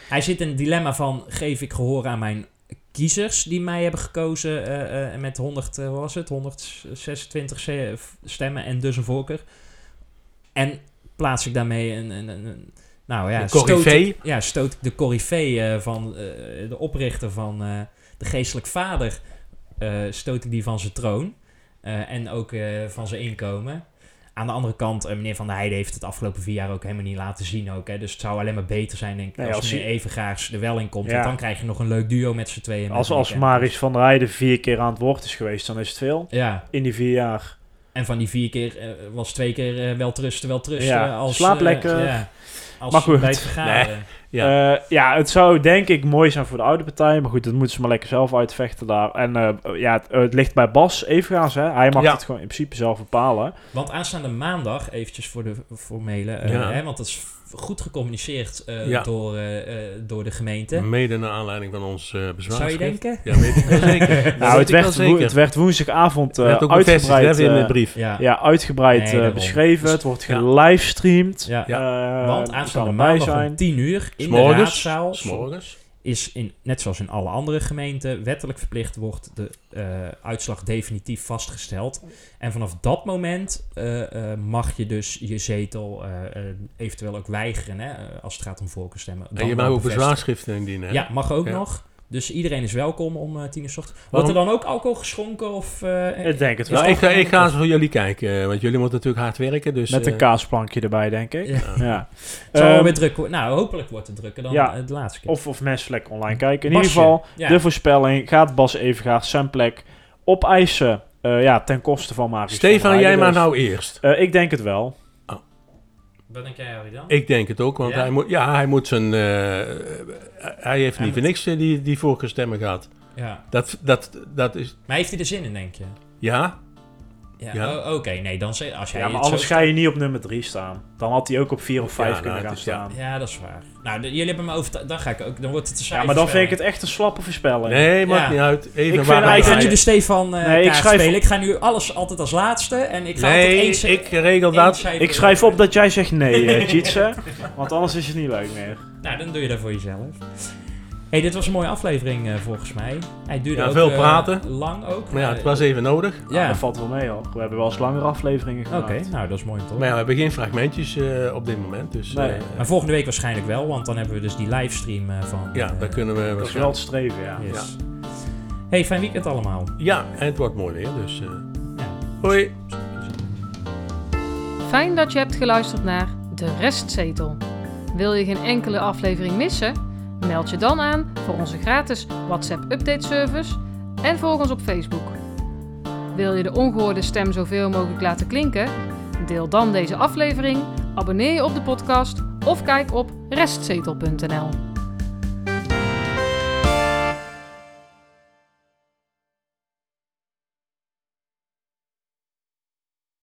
hij zit in het dilemma van, geef ik gehoor aan mijn kiezers die mij hebben gekozen eh, eh, met 100, eh, hoe was het, 126 se- stemmen en dus een voorkeur. En plaats ik daarmee een... een, een, een- nou ja,
Een
stoot ik-
coryfee.
ja, stoot ik de corifee van eh, de oprichter van eh, de geestelijk vader, eh, stoot ik die van zijn troon. Eh, en ook eh, van zijn inkomen. Aan de andere kant, eh, meneer Van der Heijden heeft het afgelopen vier jaar ook helemaal niet laten zien. Ook, hè. Dus het zou alleen maar beter zijn, denk ik,
Nee,
als,
als
meneer Evengaars er wel in komt.
Ja.
Want dan krijg je nog een leuk duo met z'n tweeën. met
Als,
Nick
als
en-
Marius van der Eijden vier keer aan het woord is geweest, dan is het veel.
Ja,
In die vier jaar.
en van die vier keer eh, was twee keer eh, wel trusten, wel trusten.
Ja,
Als,
slaap
eh,
lekker.
ja, als
Maar goed.
bij het vergaderen.
Ja.
Ja. Eh, ja, het zou denk ik mooi zijn voor de oude partij. Maar goed, dat moeten ze maar lekker zelf uitvechten daar. En eh, ja, het, het ligt bij Bas Eefgaars. Hè. Hij mag
Ja.
het gewoon in principe zelf bepalen.
Want aanstaande maandag, eventjes voor de formele, eh,
Ja.
hè, want dat is f- goed gecommuniceerd eh,
Ja. Mm,
door, eh, eh, door de gemeente.
Mede naar aanleiding van ons eh bezwaar.
Zou je denken?
Ja, weet ik wel zeker. Dat
Nou,
weet
het
ik wel
werd,
zeker.
wo- het werd woensdagavond eh,
werd ook bevestigd
uitgebreid.
hè, in de
eh,
brief.
Ja.
ja, uitgebreid
Nee,
eh,
daarom.
beschreven.
Dus-
het wordt
ja.
gelivestreamd.
Ja.
Eh,
Want
je
aanstaande
kan erbij
maandag
zijn.
om 10 uur in de
S'morgens.
raadzaal
S'morgens.
is, in, net zoals in alle andere gemeenten, wettelijk verplicht wordt de eh, uitslag definitief vastgesteld. En vanaf dat moment eh, eh, mag je dus je zetel eh, eh, eventueel ook weigeren hè, eh, als het gaat om voorkeurstemmen. Dan
En je mag
wel
ook
bevestigen.
bezwaarschriften indienen. hè?
Ja, mag ook
Ja.
nog. Dus iedereen is welkom om eh, tien uur 's ochtends. Wordt
Waarom-
er dan ook alcohol geschonken? Of, eh,
Ik denk het
is
wel.
Nou,
dat
ik, ga- ik ga
gewoon-
eens voor jullie kijken, eh, want jullie moeten natuurlijk hard werken. Dus,
Met
eh,
een kaasplankje erbij, denk ik.
Ja.
Ja.
Het zal wel
Ehm,
weer druk worden. Nou, hopelijk wordt het drukker dan
ja.
eh, de laatste keer.
of, of mensen lekker online kijken. In
Basje.
ieder geval,
ja.
de voorspelling gaat Bas Evengaard zijn plek opeisen. Eh, ja, ten koste van Marius. van
Stefan,
der
jij maar
Heijden
nou eerst.
dus. Eh, ik denk het wel.
Wat denk jij, Harry, dan?
Ik denk het ook, want
Ja?
hij, moet, ja, hij moet zijn. eh, hij heeft
Hij
niet voor
moet-
niks eh, die, die voorkeurstemmen gehad.
Ja.
Dat, dat, dat is.
Maar heeft hij er zin in, denk je?
Ja,
Ja,
Ja.
oh, oké. Nee, dan zeg, als
Ja,
jij
maar
het zo-
anders ga je niet op nummer 3 staan. Dan had hij ook op 4 of 5
Ja, nou,
kunnen
het
gaan
is- ja.
staan. Ja.
Ja, dat is waar. Nou, de- jullie hebben me over... Dan ga ik ook... Dan wordt het een saaie
maar dan vind ik
voorspelling.
het echt een slappe voorspelling.
nee, maakt
Ja.
niet uit. Even
Ik
waar
vind
Nou, Ik
eigenlijk-
ga
hij
nu de Stefan eh
Nee, ik
kaart
schrijf-
spelen. Ik ga nu alles altijd als laatste. En ik ga altijd
Nee,
één
ik regel dat.
Ik schrijf op dat jij zegt nee, eh, Tjitse. want anders is het niet leuk meer.
Nou, dan doe je dat voor jezelf. hey, dit was een mooie aflevering eh, volgens mij. Hij duurde
Ja,
ook,
veel
eh,
praten.
lang ook.
Maar ja,
Eh,
het was Ah, even nodig.
Ja.
Ja,
Ah, dat valt wel mee hoor. We hebben wel eens langere afleveringen
oké.
gemaakt.
nou, dat is mooi om te
Maar ja,
horen.
we hebben geen fragmentjes eh, op dit moment. Dus,
Nee.
eh,
Maar volgende week waarschijnlijk wel, want dan hebben we dus die livestream eh, van...
ja,
eh,
daar kunnen we.
Dat is wel het streven, ja.
yes. hey, fijn weekend allemaal.
Ja, en het wordt mooi weer. Dus, eh,
Ja.
hoi.
Fijn dat je hebt geluisterd naar De Restzetel. Wil je geen enkele aflevering missen? Meld je dan aan voor onze gratis WhatsApp update service en volg ons op Facebook. Wil je de ongehoorde stem zoveel mogelijk laten klinken? Deel dan deze aflevering, abonneer je op de podcast of kijk op restzetel.nl.